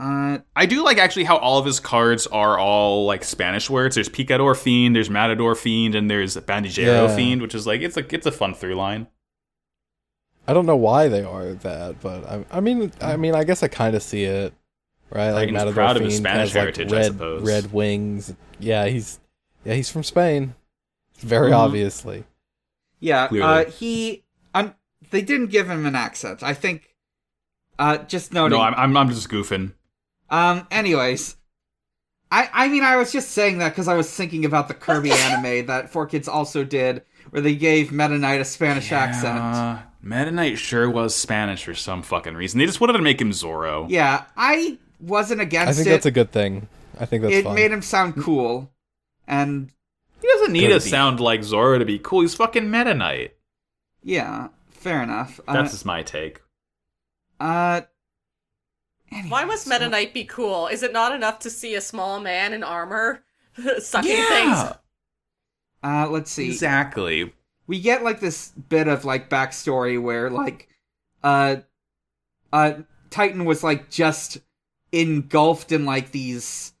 Uh,
I do like actually how all of his cards are all like Spanish words. There's Picador Fiend, there's Matador Fiend, and there's Bandijero
Yeah.
Fiend, which is like it's a it's a fun through line.
I don't know why they are that, but I, I mean, I mean, I guess I kind of see it, right? Like
Mm. he's
Matador
proud of his
Fiend
Spanish
has, like,
heritage, I
red,
suppose.
Red wings. Yeah, he's yeah he's from Spain. Very
Mhm.
Mm-hmm.
obviously.
Yeah, uh,
Clearly.
he. Um, they didn't give him an accent. I think. Uh, just noting.
No, I'm, I'm I'm just goofing.
Um. Anyways, I I mean I was just saying that because I was thinking about the Kirby anime that Four Kids also did, where they gave Meta Knight a Spanish accent.
Uh, Meta Knight sure was Spanish for some fucking reason. They just wanted to make him Zorro.
Yeah, I wasn't
I
against
think
it.
that's a good thing. I think that's
it
fine.
made him sound cool, and
He doesn't need
Could
to
be.
sound like Zorro to be cool. He's fucking Meta Knight.
yeah, fair enough. Uh,
That's just my take.
uh.
Why must Meta Knight be cool? Is it not enough to see a small man in armor sucking things?
Uh, let's see.
exactly.
we get like this bit of like backstory where like uh uh titan was like just engulfed in like these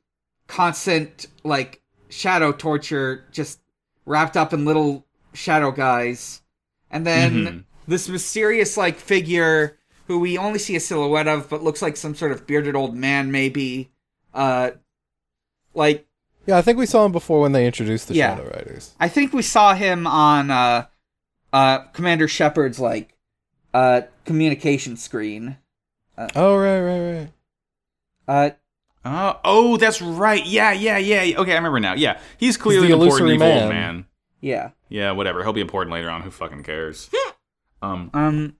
constant like shadow torture just wrapped up in little shadow guys and then
Mhm.
this mysterious like figure who we only see a silhouette of but looks like some sort of bearded old man maybe uh like
yeah, I think we saw him before when they introduced the
Yeah.
Shadow Riders.
I think we saw him on uh uh Commander Shepard's like uh communication screen.
Oh right, right, right.
Uh
Uh, oh, that's right. Yeah, yeah, yeah. yeah. Okay, I remember now. Yeah, he's clearly
the
an important
illusory
evil
man.
old man.
yeah.
Yeah, whatever. He'll be important later on. Who fucking cares? um,
Um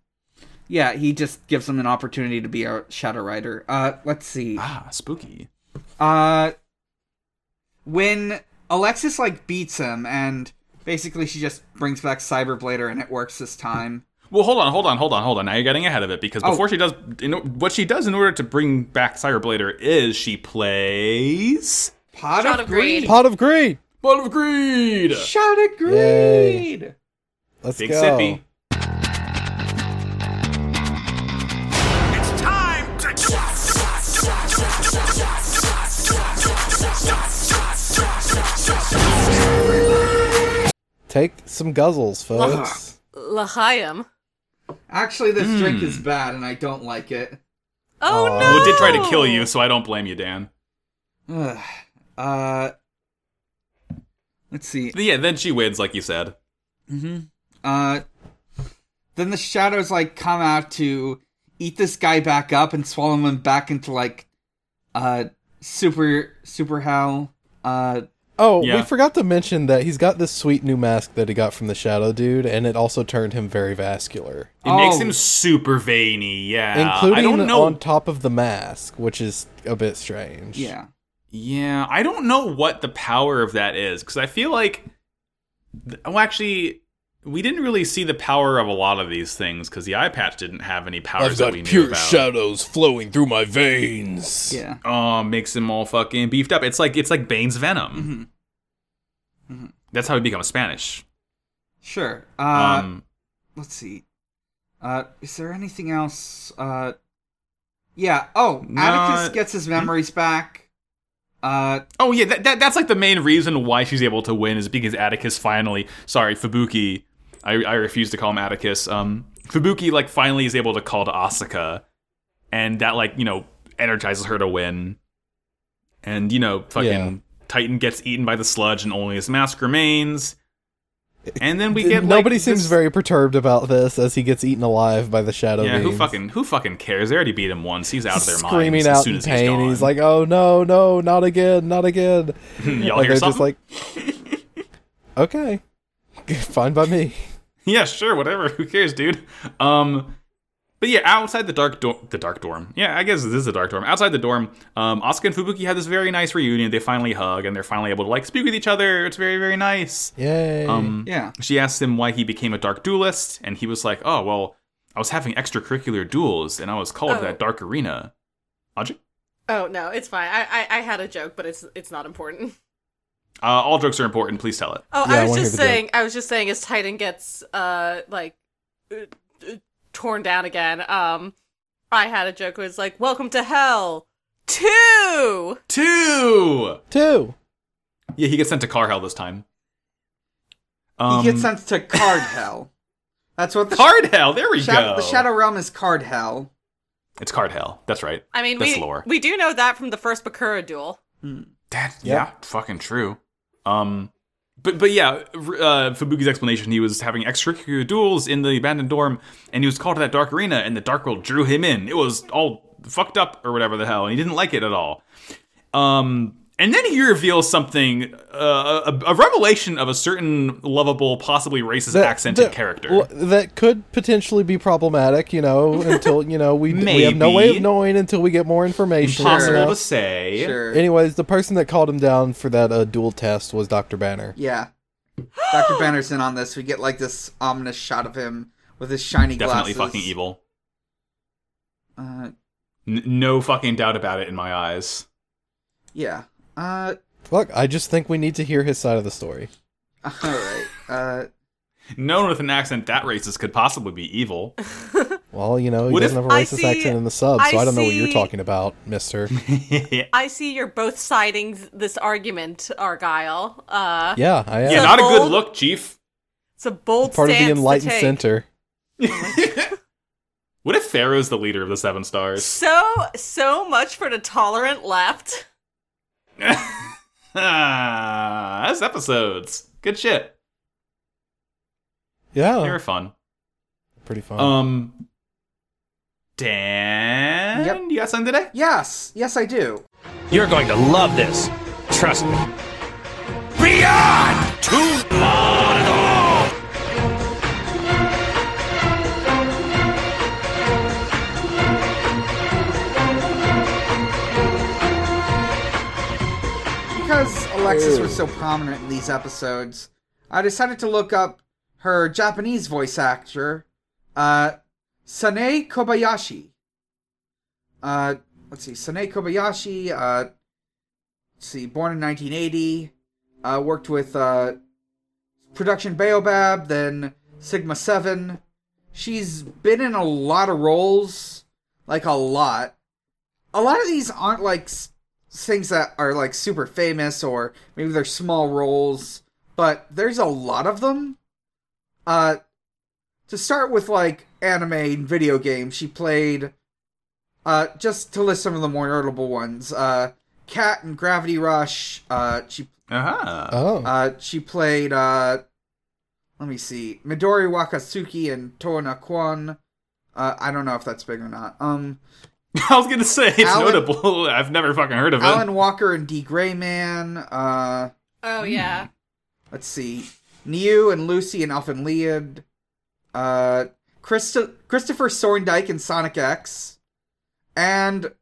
yeah, he just gives him an opportunity to be a Shadow Rider. Uh let's see.
ah, spooky.
Uh when Alexis like beats him and basically she just brings back Cyberblader and it works this time.
Well, hold on, hold on, hold on, hold on. Now you're getting ahead of it because
Oh.
before she does, you know, what she does in order to bring back Cyberblader is she plays
Pot
Shot
of
of greed.
greed.
Pot of greed.
Ball of Greed.
Shot of
Yay.
greed.
Let's
Big
go.
sippy.
It's time to
Take some guzzles, folks.
L'chaim.
Actually this drink is bad and I don't like it.
Oh
Aw.
no!
Well, it did try to kill you, so I don't blame you, Dan.
Ugh. Uh, let's see.
But yeah, then she wins, like you said.
Uh, then the shadows like come out to eat this guy back up and swallow him back into like uh super super hell. Uh,
Oh, we
Yeah.
forgot to mention that he's got this sweet new mask that he got from the Shadow Dude, and it also turned him very vascular,
It makes
Oh.
him super veiny. Yeah, Uh, I
including
don't know.
on top of the mask, which is a bit strange.
yeah.
yeah, I don't know what the power of that is because I feel like, th- well, actually, we didn't really see the power of a lot of these things because the eye patch didn't have any powers that we knew about.
shadows flowing through my veins.
Yeah.
Oh, makes him all fucking beefed up. It's like it's like Bane's venom.
Mm-hmm.
That's how he becomes Spanish.
Sure. Uh,
Um,
let's see. Uh, is there anything else? Uh, yeah. Oh, Atticus
No.
gets his memories back. Uh,
oh yeah, that, that that's like the main reason why she's able to win is because Atticus finally, sorry, Fubuki, I I refuse to call him Atticus. Um, Fubuki like finally is able to call to Asuka, and that like you know energizes her to win. And you know, fucking
Yeah.
Titan gets eaten by the sludge, and only his mask remains. And then we get like,
Nobody seems
this-
very perturbed about this as he gets eaten alive by the Shadow
Yeah, who
beings.
fucking who fucking cares? They already beat him once. He's out of their
screaming
minds
out
as soon
in
as
pain.
He's,
and
gone. Hmm,
he's like, "Oh no, no, not again, not again!"
y'all
like
hear
they're
something?
just like, "Okay, fine by me."
yeah, sure, whatever. Who cares, dude? Um, but yeah, outside the dark dorm, the dark dorm. Yeah, I guess this is a dark dorm. Outside the dorm, um, Asuka and Fubuki have this very nice reunion. They finally hug and they're finally able to like speak with each other. It's very very nice.
Yay!
Um,
yeah.
She asked him why he became a dark duelist, and he was like, "Oh well, I was having extracurricular duels, and I was called to
Oh.
that dark arena." Audrey,
Oh no, it's fine. I, I I had a joke, but it's it's not important.
uh, all jokes are important. Please tell it.
Oh,
Yeah, I
I was
wanna
just
hear the joke.
saying. I was just saying, as Titan gets uh like uh, uh, torn down again, um, I had a joke. It was like, "Welcome to Hell, two.
Two.
Two.
Yeah, he gets sent to car hell this time. Um,
he gets sent to card hell. That's what the
card hell. There we
Shadow,
go.
the Shadow Realm is card hell.
It's card hell. That's right.
I mean,
that's
we
lore.
we do know that from the first Bakura duel.
that
Yeah.
yeah, fucking true. Um, but but yeah, r- uh, Fubuki's explanation. He was having extracurricular duels in the abandoned dorm, and he was called to that dark arena, and the dark world drew him in. It was all fucked up or whatever the hell, and he didn't like it at all. Um, and then he reveals something, uh, a, a revelation of a certain lovable, possibly racist accented
that-
character.
well, that could potentially be problematic, you know, until you know we we have no way
Maybe.
of knowing until we get more information.
Impossible
you know?
to say.
Sure.
Anyways, the person that called him down for that uh, dual test was Doctor Banner.
Yeah. Dr. Banner's in on this. We get like this ominous shot of him with his shiny
Definitely
glasses.
fucking evil.
Uh,
N- no fucking doubt about it in my eyes.
yeah. Uh,
Look, I just think we need to hear his side of the story.
alright. Uh,
No one with an accent that racist could possibly be evil.
Well, you know, he
What if-
doesn't have a
I
racist
see-
accent in the sub,
I
so I don't know what you're
see-
talking about, Mister.
yeah,
I see you're both siding th- this argument, Argyle. Uh,
yeah, I am.
Yeah,
not a good
bold.
look, Chief.
it's a bold
part of the
stance to
Enlightened
take.
Center.
What if Pharaoh's the leader of the Seven Stars?
So so much for the tolerant left.
Ah, that's episodes. Good shit.
Oh.
Yeah,
They were fun.
pretty fun.
Um, Dan,
Yep.
you got something today?
yes. Yes, I do.
You're going to love this. Trust me.
Beyond two
Because Alexis was so prominent in these episodes, I decided to look up her Japanese voice actor, uh, Sane Kobayashi. Uh, let's see, Sane Kobayashi, uh, let's see, born in 1980, uh, worked with, uh, Production Baobab, then Sigma 7. She's been in a lot of roles, like a lot. A lot of these aren't like s- things that are like super famous or maybe they're small roles, but there's a lot of them. Uh to start with like anime and video games, she played Uh, just to list some of the more notable ones, uh, Cat and Gravity Rush. Uh, she
Uh-huh.
Oh.
uh, she played. Uh, let me see, Midori Wakatsuki and Toa Kwan. Uh, I don't know if that's big or not. Um,
I was gonna say it's
Alan-
notable. I've never fucking heard of it.
Alan Walker and D. Grayman. Uh,
Oh yeah.
let's see, Niu and Lucy and Elfin Liad, uh, Christo- Christopher Sorndike and Sonic X, and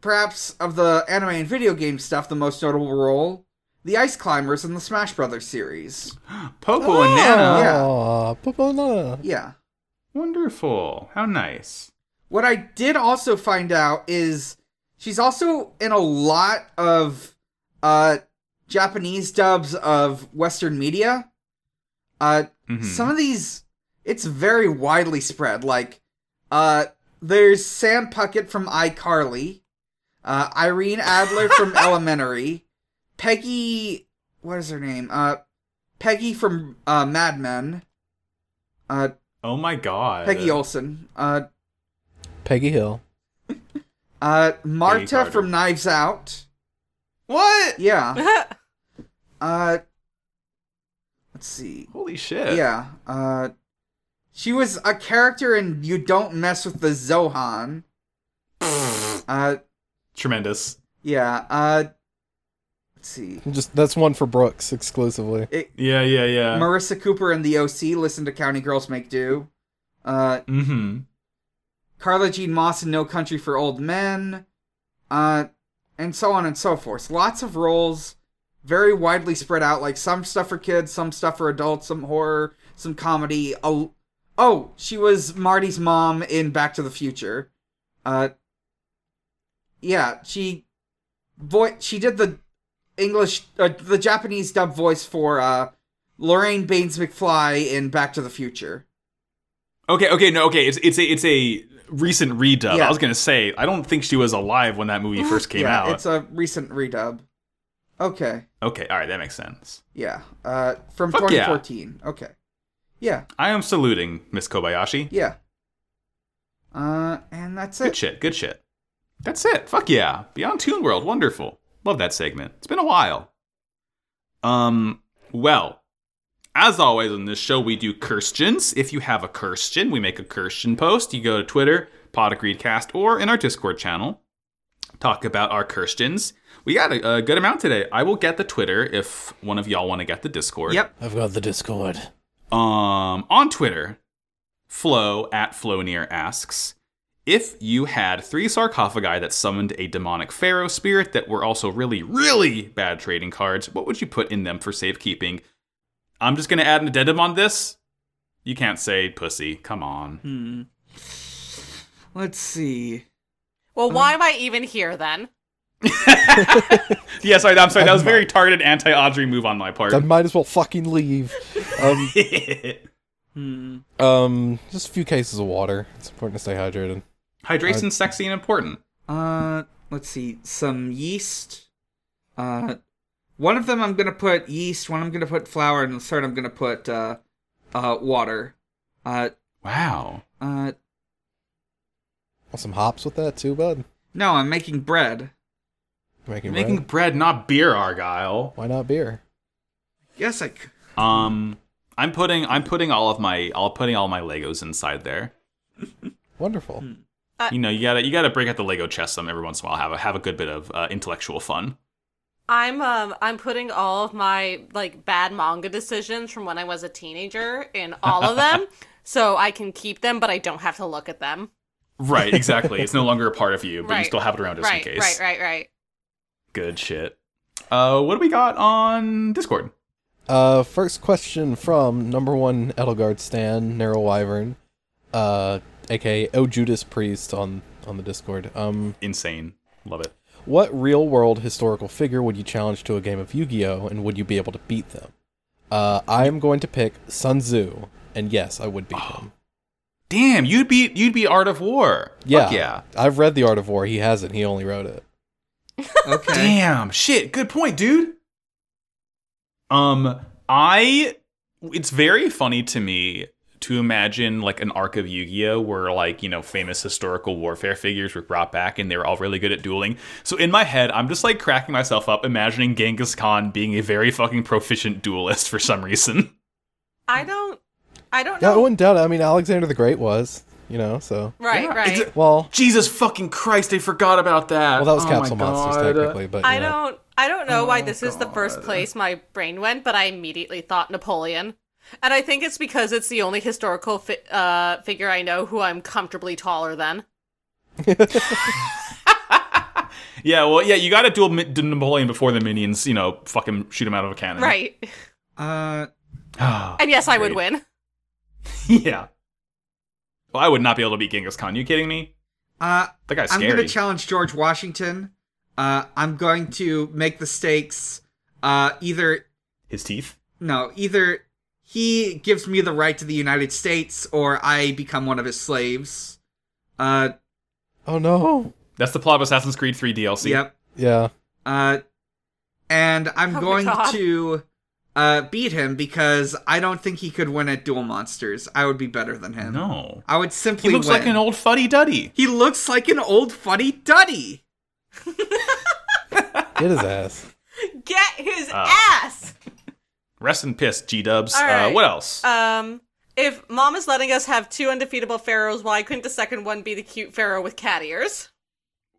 perhaps of the anime and video game stuff, the most notable role, the Ice Climbers in the Smash Brothers series.
Popo
Oh.
and Nana.
Aw, Popona.
Yeah.
Wonderful. How nice.
What I did also find out is she's also in a lot of uh Japanese dubs of Western media. Uh
Mm-hmm.
some of these it's very widely spread. Like uh there's Sam Puckett from iCarly, uh Irene Adler from Elementary, Peggy what is her name? Uh Peggy from uh Mad Men, uh
Oh my god.
Peggy Olson, uh
Peggy Hill.
Uh,
Peggy
Marta
Carter.
from Knives Out.
What?
Yeah. Uh, let's see.
Holy shit.
Yeah. Uh, she was a character in You Don't Mess with the Zohan. uh,
Tremendous.
yeah. Uh, let's see.
Just that's one for Brooks exclusively.
It,
Yeah, yeah, yeah.
Marissa Cooper and the OC. Listen to County Girls Make Do. Uh,
mm-hmm.
Carla Jean Moss in No Country for Old Men, uh, and so on and so forth. Lots of roles, very widely spread out. Like some stuff for kids, some stuff for adults, some horror, some comedy. Oh, oh she was Marty's mom in Back to the Future. Uh, yeah, she, vo- she did the English, uh, the Japanese dub voice for uh, Lorraine Baines McFly in Back to the Future.
Okay, okay, no, okay. It's it's a it's a recent redub.
Yeah.
I was gonna say I don't think she was alive when that movie first came
yeah,
out.
it's a recent redub. Okay.
okay, all right, that makes sense.
Yeah. Uh, from
Fuck yeah.
2014. Okay. Yeah.
I am saluting Miss Kobayashi.
Yeah. Uh, and that's
Good
it.
shit, good shit. That's it. Fuck yeah. Beyond Toon World, wonderful. Love that segment. It's been a while. Um, well, as always on this show, we do Kirstjens. If you have a Kirstjen, we make a Kirstjen post. You go to Twitter, Pod Cast, or in our Discord channel. Talk about our Kirstjens. We got a, a good amount today. I will get the Twitter if one of y'all want to get the Discord.
Yep.
I've got the Discord.
Um, on Twitter, Flo at Flonier asks if you had three sarcophagi that summoned a demonic pharaoh spirit that were also really, really bad trading cards. What would you put in them for safekeeping? I'm just gonna add an addendum on this. You can't say pussy. Come on.
Let's see.
Well, why
Um,
am I even here then?
Yeah, sorry. I'm sorry. That was a very targeted anti-Audrey move on my part.
I might as well fucking leave. Um,
Hmm,
um, just a few cases of water. It's important to stay hydrated.
Hydration's sexy and important.
Uh, let's see. Some yeast. Uh, one of them I'm gonna put yeast. One I'm gonna put flour, and the third I'm gonna put uh, uh, water. Uh,
Wow.
uh,
Want some hops with that too, bud?
no, I'm making bread.
Making,
You're making
bread.
bread, not beer, Argyle.
Why not beer?
Yes, I. c-
Um, I'm putting I'm putting all of my I'll putting all my Legos inside there.
Wonderful.
You know, you gotta you gotta break out the Lego chest some every once in a while. Have a have a good bit of uh, intellectual fun.
I'm um I'm putting all of my like bad manga decisions from when I was a teenager in all of them so I can keep them but I don't have to look at them.
Right, exactly. it's no longer a part of you, but you
Right.
still have it around just
right,
in
right,
case.
right, right.
Good shit. Uh, what do we got on Discord?
Uh, first question from number one Edelgard Stan Narrow Wyvern, uh, aka O Judas Priest on on the Discord. Um,
Insane, love it.
What real world historical figure would you challenge to a game of Yu Gi Oh! and would you be able to beat them? Uh, I am going to pick Sun Tzu, and yes, I would beat him.
Damn, you'd beat you'd be Art of War.
Yeah,
Fuck yeah.
I've read The Art of War. He hasn't. He only wrote it.
Okay.
Damn, shit, good point, dude. Um, I it's very funny to me to imagine like an arc of Yu-Gi-Oh where like, you know, famous historical warfare figures were brought back and they were all really good at dueling. So in my head, I'm just like cracking myself up imagining Genghis Khan being a very fucking proficient duelist for some reason.
I don't. I don't
Yeah, I
know.
wouldn't doubt it. I mean, Alexander the Great was, you know, so.
right, right.
Exa-
Well,
Jesus fucking Christ, I forgot about that.
well, that was
Oh my
Capsule Monsters
God.
technically, but
I
you know.
don't. I don't know why this is the first place my brain went, but I immediately thought Napoleon, and I think it's because it's the only historical fi- uh, figure I know who I'm comfortably taller than.
Yeah, well, yeah, you got to duel Mi- Napoleon before the minions, you know, fucking shoot him out of a cannon. Ah.
Right.
Uh,
And yes, I would
Great.
win.
yeah. Well, I would not be able to beat Genghis Khan. You kidding me?
uh,
That guy's
I'm
scary.
going to challenge George Washington. Uh, I'm going to make the stakes. Uh, either
His teeth.
no, either he gives me the right to the United States, or I become one of his slaves. Uh,
Oh, no.
That's the plot of Assassin's Creed 3 DLC.
yep.
Yeah.
Uh, and I'm
Oh my
going
God.
to uh beat him because I don't think he could win at Duel Monsters. I would be better than him.
No.
I would
He
simply
looks
win.
like an old fuddy duddy.
He looks like an old fuddy duddy.
Get his ass.
Get his ass.
Rest in piss, G Dubs.
All right.
Uh, what else?
Um, if mom is letting us have two undefeatable pharaohs, why couldn't the second one be the cute pharaoh with cat ears?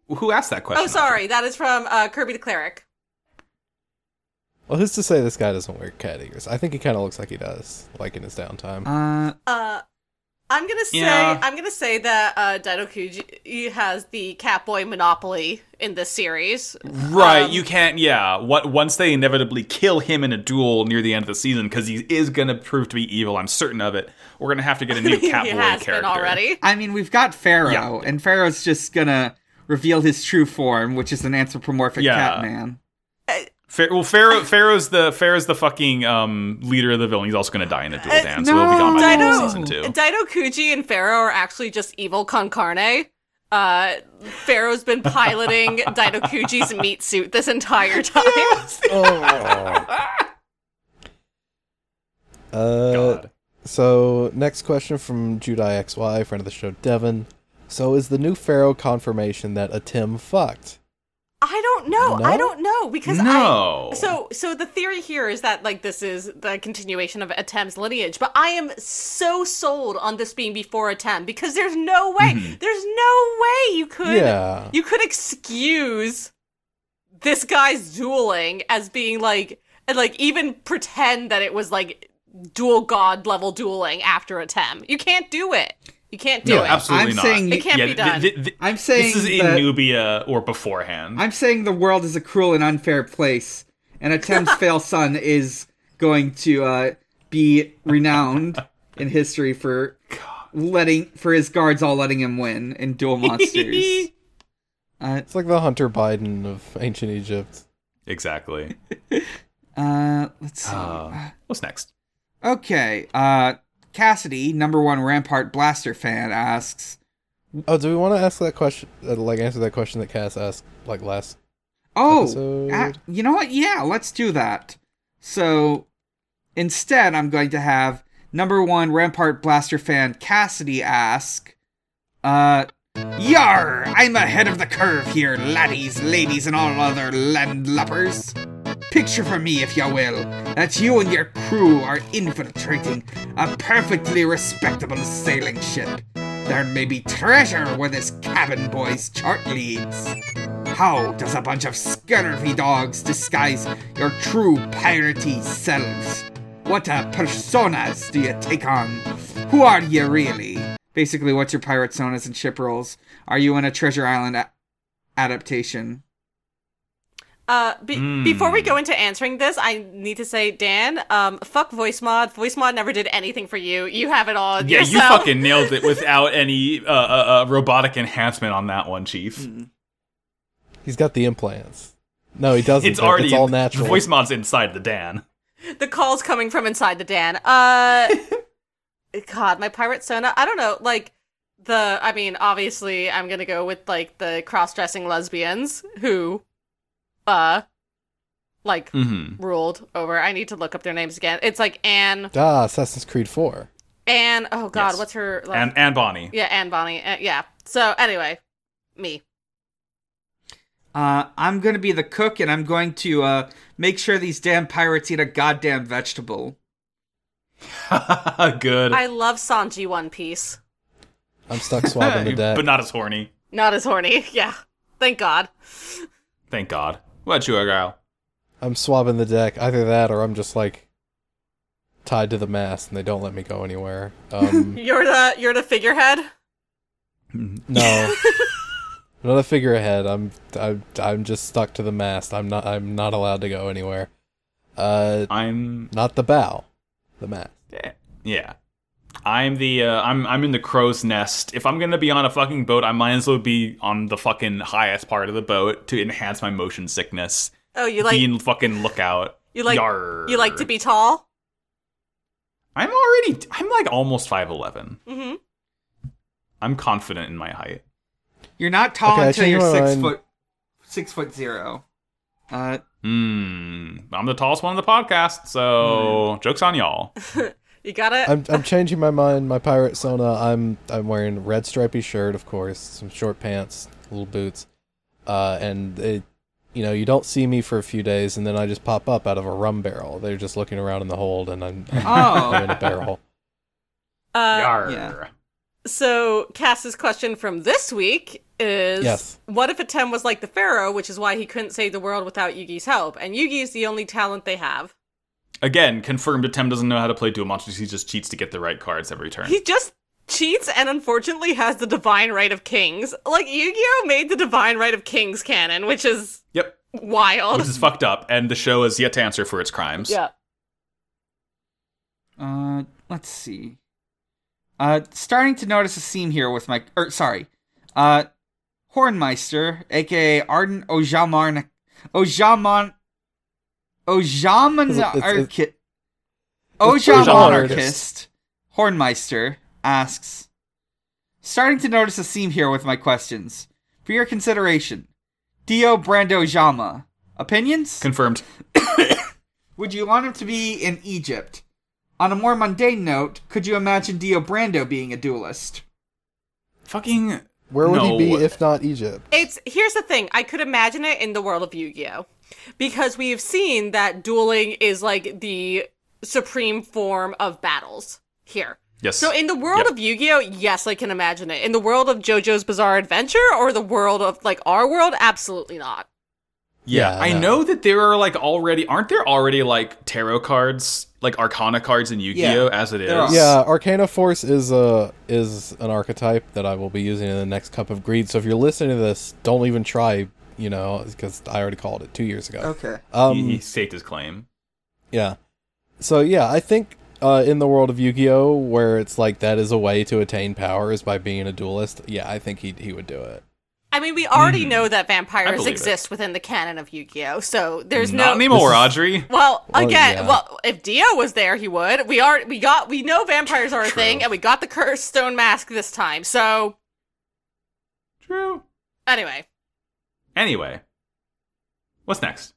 Who asked that question?
Oh, sorry, that is from uh, Kirby the Cleric.
Well, who's to say this guy doesn't wear cat ears? I think he kind of looks like he does, like in his downtime.
Uh,
Uh, I'm gonna say
Yeah.
I'm gonna say that uh, Dino Kuji has the Catboy monopoly in this series.
Right, you can't. Yeah, what once they inevitably kill him in a duel near the end of the season because he is gonna prove to be evil. I'm certain of it. We're gonna have to get a new
he
Catboy
has
character
been already.
I mean, we've got Pharaoh, and Pharaoh's just gonna reveal his true form, which is an anthropomorphic
Yeah.
cat man.
Fa- well, Pharaoh, Pharaoh's the Pharaoh's the fucking um, leader of the villain. He's also gonna die in a duel, Dan. so we'll be gone by the end
Dino
of season two.
Dino Kuji and Pharaoh are actually just evil con carne. Uh, Pharaoh's been piloting Dino Kuji's meat suit this entire time.
oh. Uh,
God.
So, next question from Judai XY, friend of the show, Devin. So, is the new Pharaoh confirmation that a Tim fucked?
I don't know.
No?
I don't know because
No.
I so so the theory here is that like this is the continuation of Atem's lineage, but I am so sold on this being before Atem because there's no way
Mm-hmm.
there's no way you could
Yeah.
you could excuse this guy's dueling as being like and like even pretend that it was like dual god level dueling after Atem. You can't do it. You can't do
No,
it.
absolutely
I'm
not.
saying- It
can't
yeah,
be
th-
done.
th- th-
I'm saying
this is in
that-
Nubia or beforehand.
I'm saying the world is a cruel and unfair place, and Atem's fail son is going to uh, be renowned in history for letting for his guards all letting him win in duel monsters. uh,
It's like the Hunter Biden of ancient Egypt.
exactly.
uh, let's see.
Uh, what's next?
Okay, uh, Cassidy, number one Rampart Blaster fan, asks,
Oh, do we want to ask that question? Uh, like, answer that question that Cass asked, like, last.
"Oh,
Episode.
ah, you know what? Yeah, let's do that." So instead, I'm going to have number one Rampart Blaster fan Cassidy ask, "Uh, yar, I'm ahead of the curve here, laddies, ladies, and all other landlubbers." Picture for me, if you will, that you and your crew are infiltrating a perfectly respectable sailing ship. There may be treasure where this cabin boy's chart leads. How does a bunch of scurvy dogs disguise your true piratey selves? What uh, personas do you take on? Who are you really? Basically, what's your pirate sonas and ship roles? Are you in a Treasure Island a- adaptation?
Uh, be-
Hmm.
before we go into answering this, I need to say, Dan, um, fuck voice mod. Voice mod never did anything for you. You have it all.
Yeah, you
yourself.
fucking nailed it without any uh, uh, uh, robotic enhancement on that one, Chief.
He's got the implants. No, he doesn't.
It's already
it's all natural.
The voice mod's inside the Dan.
The call's coming from inside the Dan. Uh, God, my pirate sona. I don't know. Like the, I mean, obviously, I'm gonna go with like the cross-dressing lesbians who, uh, like
Mm-hmm.
ruled over. I need to look up their names again. It's like Anne,
Ah, Assassin's Creed 4.
And oh god,
Yes.
what's her? last-
and and Bonnie.
yeah, and Bonnie. Uh, yeah. So anyway, me.
Uh, I'm gonna be the cook, and I'm going to uh, make sure these damn pirates eat a goddamn vegetable.
Good.
I love Sanji One Piece.
I'm stuck swapping to that.
but not as horny.
Not as horny. Yeah. Thank God.
Thank God. What about you, Argyle?
I'm swabbing the deck. Either that or I'm just like tied to the mast and they don't let me go anywhere. Um,
You're the you're the figurehead.
no. I'm not a figure ahead. I'm I'm I'm just stuck to the mast. I'm not I'm not allowed to go anywhere. Uh
I'm
not the bow. The mast.
yeah. I'm the uh, I'm I'm in the crow's nest. If I'm gonna be on a fucking boat, I might as well be on the fucking highest part of the boat to enhance my motion sickness.
Oh, you like
Being fucking lookout.
you like
Yarr.
you like to be tall.
I'm already. I'm like almost five eleven.
Mm-hmm.
I'm confident in my height.
You're not tall
Okay, I
until
changed
you're
my
six
mind.
foot, six foot zero. Uh,
Hmm. I'm the tallest one on the podcast, so
Hmm.
jokes on y'all.
You gotta.
I'm I'm changing my mind. My pirate sona. I'm I'm wearing a red stripy shirt, of course, some short pants, little boots, uh, and it, you know you don't see me for a few days, and then I just pop up out of a rum barrel. They're just looking around in the hold, and I'm, I'm
oh,
in a barrel.
uh,
Yarr.
yeah.
So Cass's question from this week is
Yes.
what if Atem was like the Pharaoh, which is why he couldn't save the world without Yugi's help, and Yugi's the only talent they have.
Again, confirmed. Atem doesn't know how to play dual monsters. He just cheats to get the right cards every turn.
He just cheats and unfortunately has the divine right of kings. Like Yu-Gi-Oh made the divine right of kings canon, which is
yep.
wild.
Which is fucked up, and the show is yet to answer for its crimes.
yeah.
Uh, let's see. Uh, starting to notice a seam here with my, or sorry, uh, Hornmeister, aka Arden Ojamarn, Ojaman,
It's-
Ojamanarchist,
it's pretty hard.
Ojamanarchist, Hornmeister asks, starting to notice a seam here with my questions. For your consideration, Dio Brando Jama, opinions?
Confirmed.
Would you want him to be in Egypt? On a more mundane note, could you imagine Dio Brando being a duelist?
Fucking.
Where would he
No.
be if not Egypt?
It's here's the thing. I could imagine it in the world of Yu-Gi-Oh, because we've seen that dueling is like the supreme form of battles here.
Yes.
So in the world
Yep.
of Yu-Gi-Oh, yes, I can imagine it. In the world of JoJo's Bizarre Adventure or the world of like our world, absolutely not.
Yeah,
Yeah,
I
no.
know that there are like already aren't there already like tarot cards, like arcana cards in Yu-Gi-Oh
Yeah,
as it is.
there are.
Yeah, Arcana Force is a is an archetype that I will be using in the next cup of greed. So if you're listening to this, don't even try. You know, because I already called it two years ago.
Okay. Mm-hmm.
Um,
he, he staked his claim.
Yeah. So yeah, I think uh, in the world of Yu-Gi-Oh, where it's like that is a way to attain power is by being a duelist. Yeah, I think he he would do it.
I mean, we already know that
Hmm. I
vampires
believe it.
exist within the canon of Yu-Gi-Oh, so there's
Not
no
anymore, Audrey.
Well,
Well,
again,
yeah.
well, if Dio was there, he would. We are, we got, we know vampires are a thing, and we got the cursed stone mask this time. So
True.
anyway,
Anyway, what's next?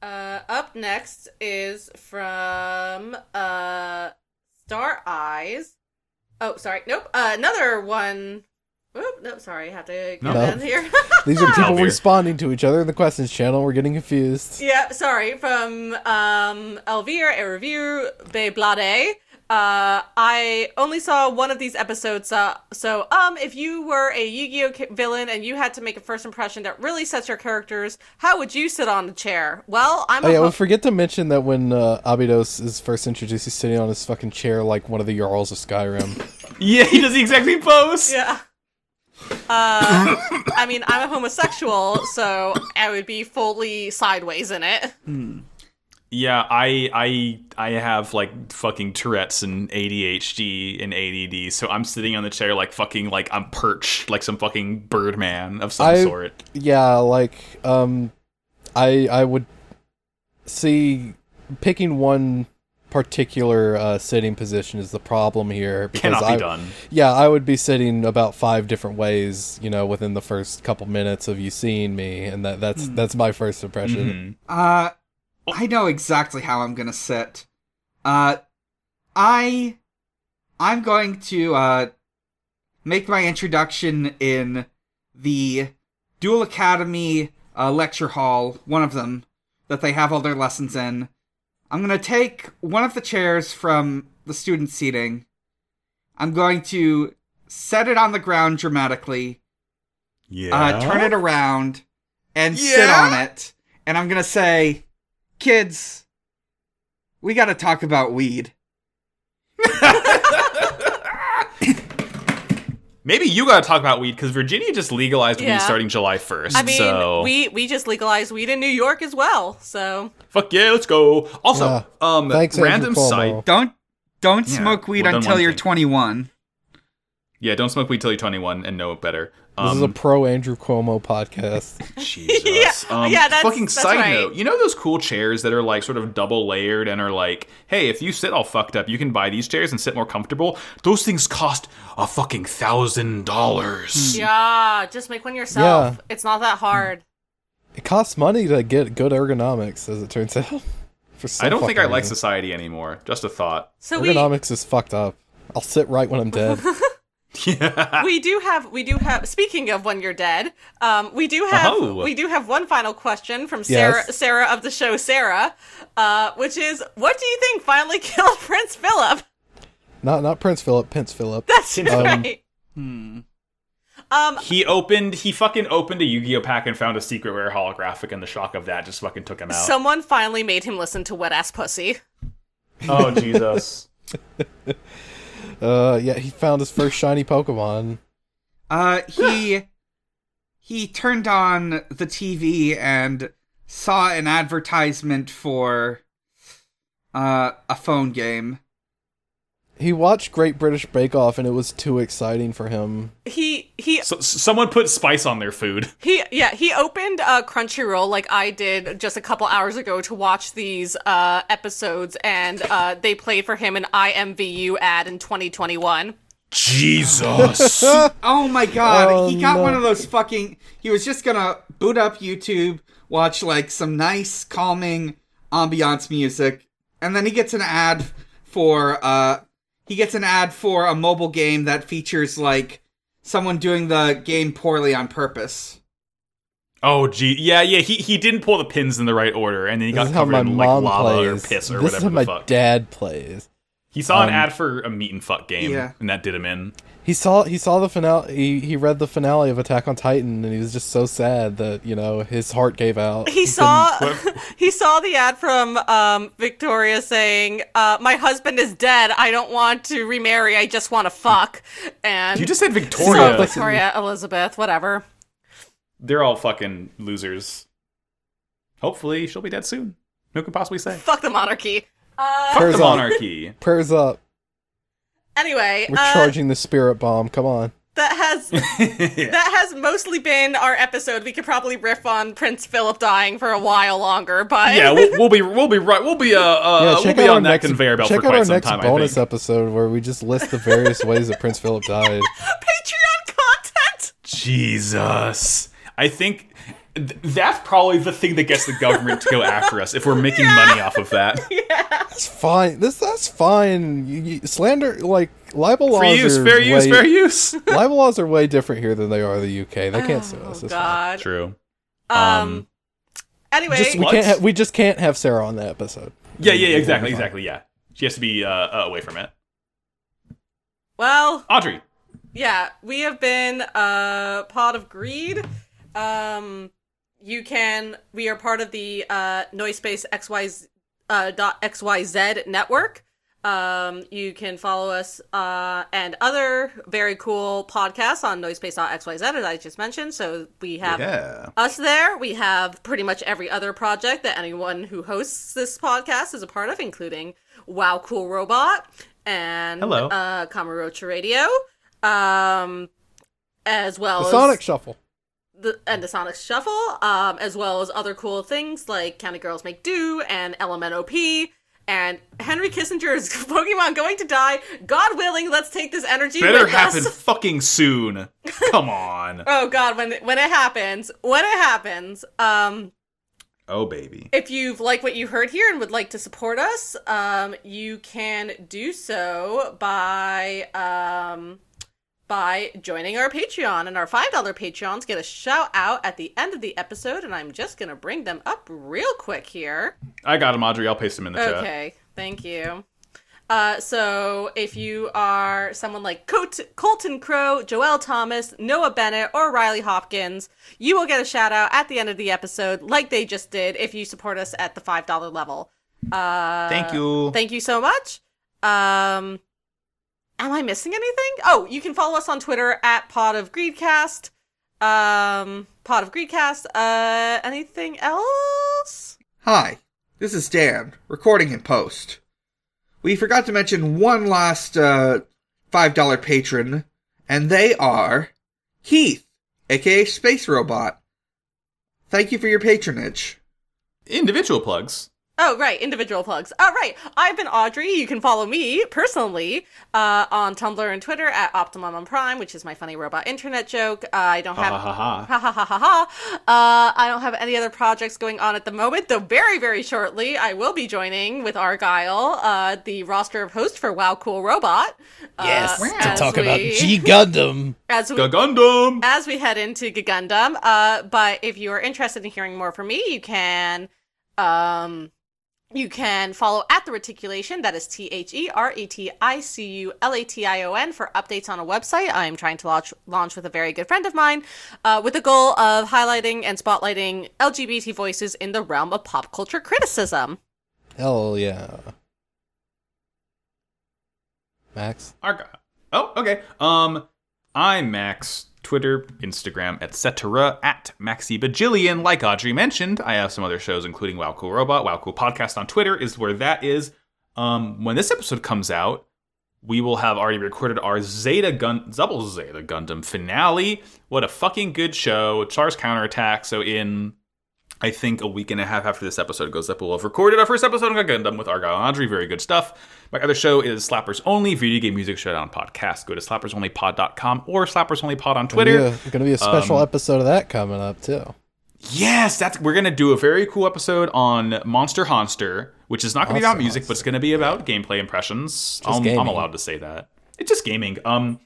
Uh, up next is from uh Star Eyes. Oh, sorry. Nope. Uh, another one. Oop, nope. Sorry. I have to get
No.
down here.
These are people
Elvir.
responding to each other in the questions channel. We're getting confused.
yeah. Sorry. From um Elvira a review Blade. Uh, I only saw one of these episodes. Uh, so um, if you were a Yu-Gi-Oh ca- villain and you had to make a first impression that really sets your characters, how would you sit on the chair? Well, I'm.
Oh
a
yeah,
ho-
we forget to mention that when uh, Abydos is first introduced, he's sitting on his fucking chair like one of the Jarls of Skyrim.
Yeah, he does the exact same pose.
Yeah. Uh, I mean, I'm a homosexual, so I would be fully sideways in it.
Yeah, I I I have like fucking Tourette's and ADHD and ADD, so I'm sitting on the chair like fucking like I'm perched like some fucking birdman of some
I-
sort.
yeah, like um, I I would see picking one particular uh, sitting position is the problem here because
Cannot be
I,
done.
Yeah, I would be sitting about five different ways, you know, within the first couple minutes of you seeing me, and that that's
Hmm.
that's my first impression.
Mm-hmm.
Uh, I know exactly how I'm gonna sit. Uh, I I'm going to uh, make my introduction in the Dual Academy uh, lecture hall, one of them that they have all their lessons in. I'm going to take one of the chairs from the student seating. I'm going to set it on the ground dramatically,
Yeah.
uh, turn it around, and sit
Yeah?
on it. And I'm going to say, kids, we got to talk about weed.
Maybe you got to talk about weed because Virginia just legalized
Yeah.
weed starting July 1st.
I mean,
so.
we we just legalized weed in New York as well. So
Fuck yeah, let's go. Also,
Yeah.
um,
Thanks, Andrew
random
Cuomo.
side.
Don't don't smoke
well,
weed
done
until
one
you're
thing.
21.
Yeah, don't smoke weed till you're 21 and know better.
This
Um,
is a pro Andrew Cuomo podcast.
Jesus. Um,
Yeah, yeah, that's-
fucking
that's
side
right.
note. You know those cool chairs that are like sort of double layered and are like, hey, if you sit all fucked up, you can buy these chairs and sit more comfortable. Those things cost a fucking thousand dollars.
yeah, just make one yourself. It's not that hard.
It costs money to get good ergonomics, as it turns out. For some
I don't think I
fucking
like
reason.
society anymore. Just a thought.
So we
Ergonomics is fucked up. I'll sit right when I'm dead.
we do have we do have speaking of when you're dead um we do have
Oh.
we do have one final question from sarah
Yes.
sarah of the show sarah uh which is what do you think finally killed prince philip
not not Prince Philip, Prince Philip. Um,
that's right
Hmm.
um
He opened. He fucking opened a Yu-Gi-Oh pack and found a secret rare holographic, and the shock of that just fucking took him out.
someone finally made him listen to wet ass pussy
oh Jesus.
Uh, yeah, he found his first shiny Pokemon.
Uh he he turned on the TV and saw an advertisement for uh a phone game.
He watched Great British Bake Off, and it was too exciting for him.
he he
So, s- someone put spice on their food.
He yeah, he opened uh Crunchyroll like I did just a couple hours ago to watch these uh episodes and uh they played for him an IMVU ad in 2021.
Jesus.
Oh my god,
Oh,
he got
no.
one of those fucking he was just going to boot up YouTube, watch like some nice calming ambiance music, and then he gets an ad for uh he gets an ad for a mobile game that features like someone doing the game poorly on purpose.
oh gee. Yeah, yeah. He he didn't pull the pins in the right order, and then he
This
got
is how
covered
my
in like
mom
lava
plays.
or piss or
this is
whatever
how
the
my
fuck.
dad plays.
He saw an ad for a meat and fuck game,
Yeah.
and that did him in.
He saw he saw the finale. He, he read the finale of Attack on Titan, and he was just so sad that you know his heart gave out.
He saw he saw the ad from um Victoria saying, uh my husband is dead. I don't want to remarry. I just want to fuck. And
You just said
so,
Victoria.
Victoria Elizabeth, whatever.
They're all fucking losers. Hopefully, she'll be dead soon. Who can possibly say?
Fuck the monarchy.
Fuck
Prayers
the
up.
monarchy.
Prayers up.
Anyway,
We're
uh,
charging the spirit bomb. Come on.
that has that has mostly been our episode. We could probably riff on Prince Philip dying for a while longer, but
yeah, we'll, we'll be we'll be right. We'll be uh, uh
yeah, check
we'll be
out
on
our
that
next
conveyor belt
check
for quite
out our
some
next
time. I
bonus
think.
episode where we just list the various ways that Prince Philip died.
Patreon content.
Jesus, I think th- that's probably the thing that gets the government to go after us if we're making money off of that.
That's fine. This that's fine. You, you, slander like libel laws
Fair use,
are
fair use,
way,
fair use.
libel laws are way different here than they are in the UK. They can't sue us.
Oh
It's fine.
God.
True.
Um. Anyway,
Just, we
What?
can't. Ha- we just can't have Sarah on that episode.
Yeah, yeah, yeah, exactly, exactly. Yeah, she has to be uh, uh, away from it.
well,
Audrey,
yeah, we have been uh, Pod of Greed. Um, you can. We are part of the uh, Noisepace XYZ uh, dot XYZ network. Um, you can follow us uh, and other very cool podcasts on noisepace.xyz, as I just mentioned. So we have us there. We have pretty much every other project that anyone who hosts this podcast is a part of, including Wow Cool Robot and
Hello.
uh, Kamarocha Radio, um, as well
The
as
Sonic Shuffle.
the, and the Sonic Shuffle, um, as well as other cool things like County Girls Make Do and LMNOP. And Henry Kissinger's Pokemon going to die. God willing, let's take this energy
better
with
happen
us.
fucking soon. Come on.
Oh God, when when it happens, when it happens, um,
Oh baby.
If you've liked what you heard here and would like to support us, um, you can do so by um, by joining our Patreon. And our five dollar Patreons get a shout out at the end of the episode. And I'm just gonna bring them up real quick here.
I got him, Audrey. I'll paste him in the chat.
Okay, thank you. Uh, so if you are someone like Colt- Colton Crow, Joel Thomas, Noah Bennett, or Riley Hopkins, you will get a shout out at the end of the episode, like they just did, if you support us at the five dollar level. Uh,
Thank you.
Thank you so much. Um, am I missing anything? Oh, you can follow us on Twitter at Pod of Greedcast. Um, Pod of Greedcast. Uh, anything else?
Hi, this is Dan, recording in post. We forgot to mention one last uh, $5 patron, and they are Keith, aka Space Robot. Thank you for your patronage.
Individual plugs.
Oh, right, individual plugs. All right, I've been Audrey. You can follow me personally uh, on Tumblr and Twitter at Optimum on Prime, which is my funny robot internet joke. Uh, I don't
Ha
have
ha ha ha.
ha ha ha ha ha. Uh, I don't have any other projects going on at the moment, though very, very shortly I will be joining with Argyle, uh, the roster of hosts for Wow Cool Robot.
Yes,
uh,
to
as
talk about
we-
G Gundam.
As we,
Ga Gundam.
as we head into Gundam. Uh, but if you are interested in hearing more from me, you can, um, you can follow at the reticulation. That is T H E R E T I C U L A T I O N for updates on a website. I am trying to launch launch with a very good friend of mine, uh, with the goal of highlighting and spotlighting LGBT voices in the realm of pop culture criticism.
Hell yeah. Max?
Arg- Oh, okay. Um, I'm Max. Twitter, Instagram, etc. At Maxi Bajillion. Like Audrey mentioned, I have some other shows, including Wow Cool Robot, Wow Cool Podcast on Twitter is where that is. Um, when this episode comes out, we will have already recorded our Zeta Gun, Double Zeta Gundam finale. What a fucking good show! Char's counterattack. So in I think a week and a half after this episode goes up, we'll have recorded our first episode of Gundam with Argyle and Audrey. Very good stuff. My other show is Slappers Only Video Game Music Showdown Podcast. Go to slappersonlypod.com or slappersonlypod on Twitter. Um,
Gonna be a, gonna be a special episode of that coming up too.
Yes, that's we're gonna do a very cool episode on Monster Honster, which is not gonna be about
Monster
music, but it's gonna be about gameplay impressions. Um, I'm, I'm
gaming.
allowed to say that. It's just gaming. Um,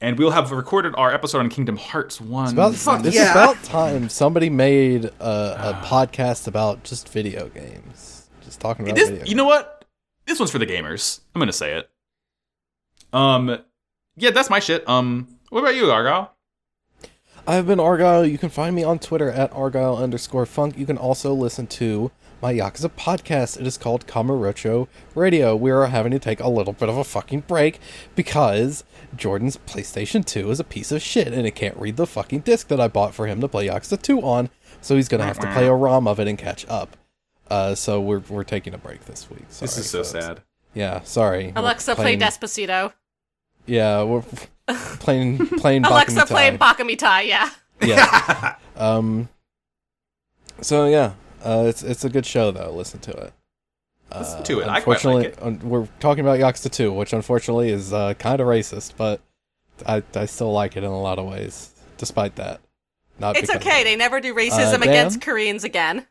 and we'll have recorded our episode on Kingdom Hearts One.
About,
Fuck
it's
yeah.
about time somebody made a, a podcast about just video games, just talking about
This-
video.
you know what? This one's for the gamers. I'm gonna say it. Um, yeah, that's my shit. Um, what about you, Argyle?
I've been Argyle. You can find me on Twitter at Argyle underscore funk. You can also listen to my Yakuza podcast. It is called Kamarocho Radio. We are having to take a little bit of a fucking break because Jordan's PlayStation 2 is a piece of shit and it can't read the fucking disc that I bought for him to play Yakuza 2 on. So he's gonna have to play a ROM of it and catch up. Uh, so we're we're taking a break this week.
This is so
Sorry, folks.
sad.
Yeah, sorry. We're
Alexa, play
playing-
Despacito.
Yeah, we're playing playing.
Alexa,
Bakumitai.
play Bakamitai. Yeah.
Yeah. um. So yeah, uh, it's it's a good show though. Listen to it. Uh,
Listen to it. I quite
Unfortunately,
like it.
un- we're talking about Yakuza 2, which unfortunately is uh, kind of racist, but I I still like it in a lot of ways, despite that. Not Uh,
It's
because-
okay. They never do racism
damn.
against Koreans again.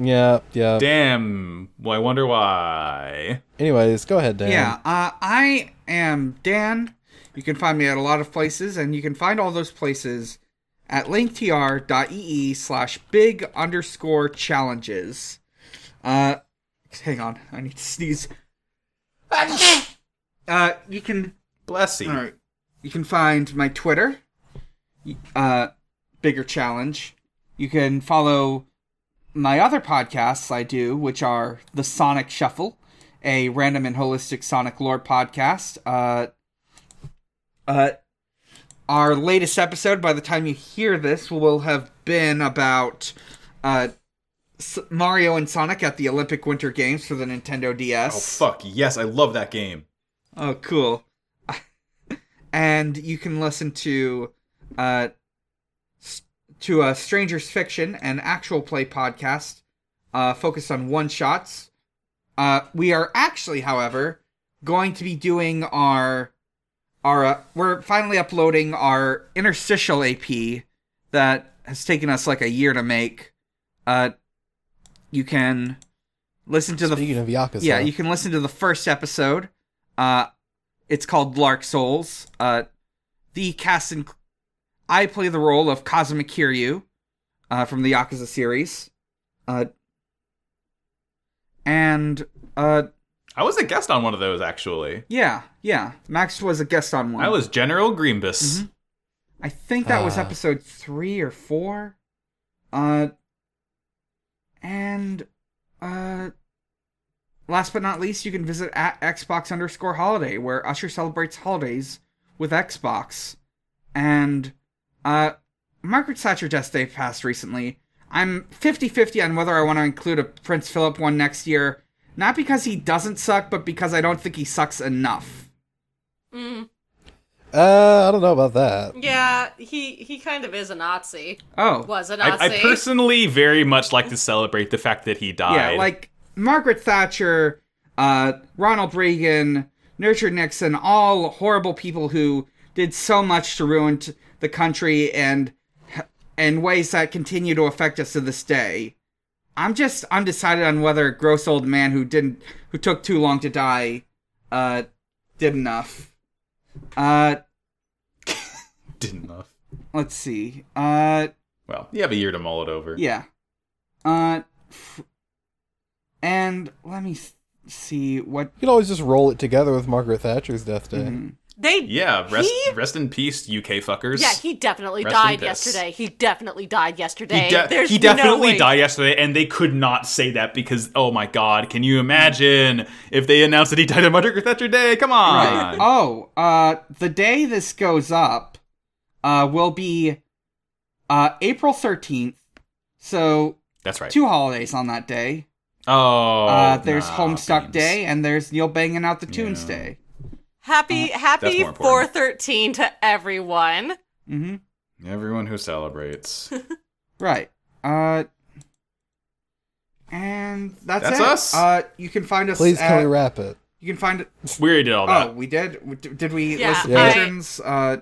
Yeah, yeah.
Damn. Well, I wonder why.
Anyways, go ahead, Dan.
Yeah, uh, I am Dan. You can find me at a lot of places, and you can find all those places at linktr.ee slash big underscore challenges. Uh, hang on, I need to sneeze. Uh, you can
Bless you.
all right. You can find my Twitter, uh, Bigger Challenge. You can follow my other podcasts I do, which are The Sonic Shuffle, a random and holistic Sonic lore podcast. Uh, uh, our latest episode, by the time you hear this, will have been about uh, S- Mario and Sonic at the Olympic Winter Games for the Nintendo DS.
Oh fuck yes, I love that game.
Oh, cool. and you can listen to uh s- to uh, Strangers Fiction, an actual play podcast uh focused on one shots. Uh we are actually, however, going to be doing our our uh, we're finally uploading our interstitial AP that has taken us like a year to make. Uh You can listen to the
Speaking of Yakuza,
yeah, you can listen to the first episode. Uh, it's called Lark Souls. Uh, the cast and I play the role of Kazuma Kiryu uh, from the Yakuza series. Uh, and uh,
I was a guest on one of those actually.
yeah, yeah, Max was a guest on one.
I was General Greenbus.
Mm-hmm.
I think that was
Ah.
episode three or four. Uh, and uh, last but not least, you can visit at Xbox underscore holiday, where Usher celebrates holidays with Xbox. And uh, Margaret Thatcher death day passed recently. I'm 50 50 on whether I want to include a Prince Philip one next year. Not because he doesn't suck, but because I don't think he sucks enough.
uh, I don't know about that.
Yeah, he he kind of is a Nazi.
Oh.
Was a Nazi.
I, I personally very much like to celebrate the fact that he died.
Yeah, like Margaret Thatcher, uh, Ronald Reagan, Nurture Nixon, all horrible people who did so much to ruin t- the country and in ways that continue to affect us to this day. I'm just undecided on whether a gross old man who didn't who took too long to die uh did enough. Uh
didn't know.
let's see. Uh
Well, you have a year to mull it over.
Yeah. Uh f- and let me s- see what
You can always just roll it together with Margaret Thatcher's death day.
Mm-hmm.
they
Yeah, rest
he-
rest in peace, UK fuckers.
yeah, he definitely
Rest in
died
piss.
yesterday. He definitely died yesterday.
He, de-
There's
he
no
definitely
way.
died yesterday, and they could not say that because, oh my god, can you imagine if they announced that he died on Margaret Thatcher Day? Come on.
Right. Oh, uh, the day this goes up uh, will be uh, April 13th. So,
That's right.
two holidays on that day.
Oh.
Uh, there's
nah,
Homestuck
beans.
Day, and there's Neil Banging Out the Tunes Day.
Happy happy
Mm-hmm. more important.
413 to everyone.
hmm
Everyone who celebrates.
Right. Uh, and that's,
That's
it.
us?
Uh, you can find us
Please,
at-
can we wrap it?
You can find it.
we already did all that.
Oh, we did? We- Did we
Yeah,
list the
Yeah.
patrons? Uh,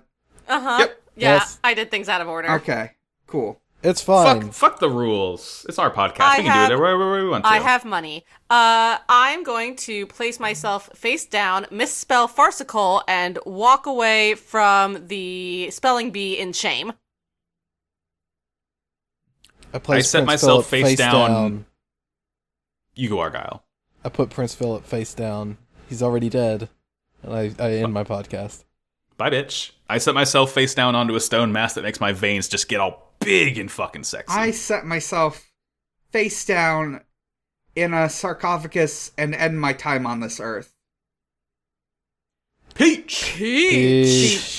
Uh-huh.
Yep.
Yeah,
Yes.
I did things out of order.
okay, cool.
It's
Fuck,
fine.
fuck the rules. It's our podcast.
I
we can
have-
do it wherever we want to.
I have money. Uh, I'm going to place myself face down, misspell farcical, and walk away from the spelling bee in shame.
placed
I set
Prince
myself
Philip
face down. You go Argyle.
I put Prince Philip face down. He's already dead, and I, I end my podcast.
Bye, bitch. I set myself face down onto a stone mass that makes my veins just get all big and fucking sexy.
I set myself face down in a sarcophagus and end my time on this earth.
Peach!
Peace.
Peach.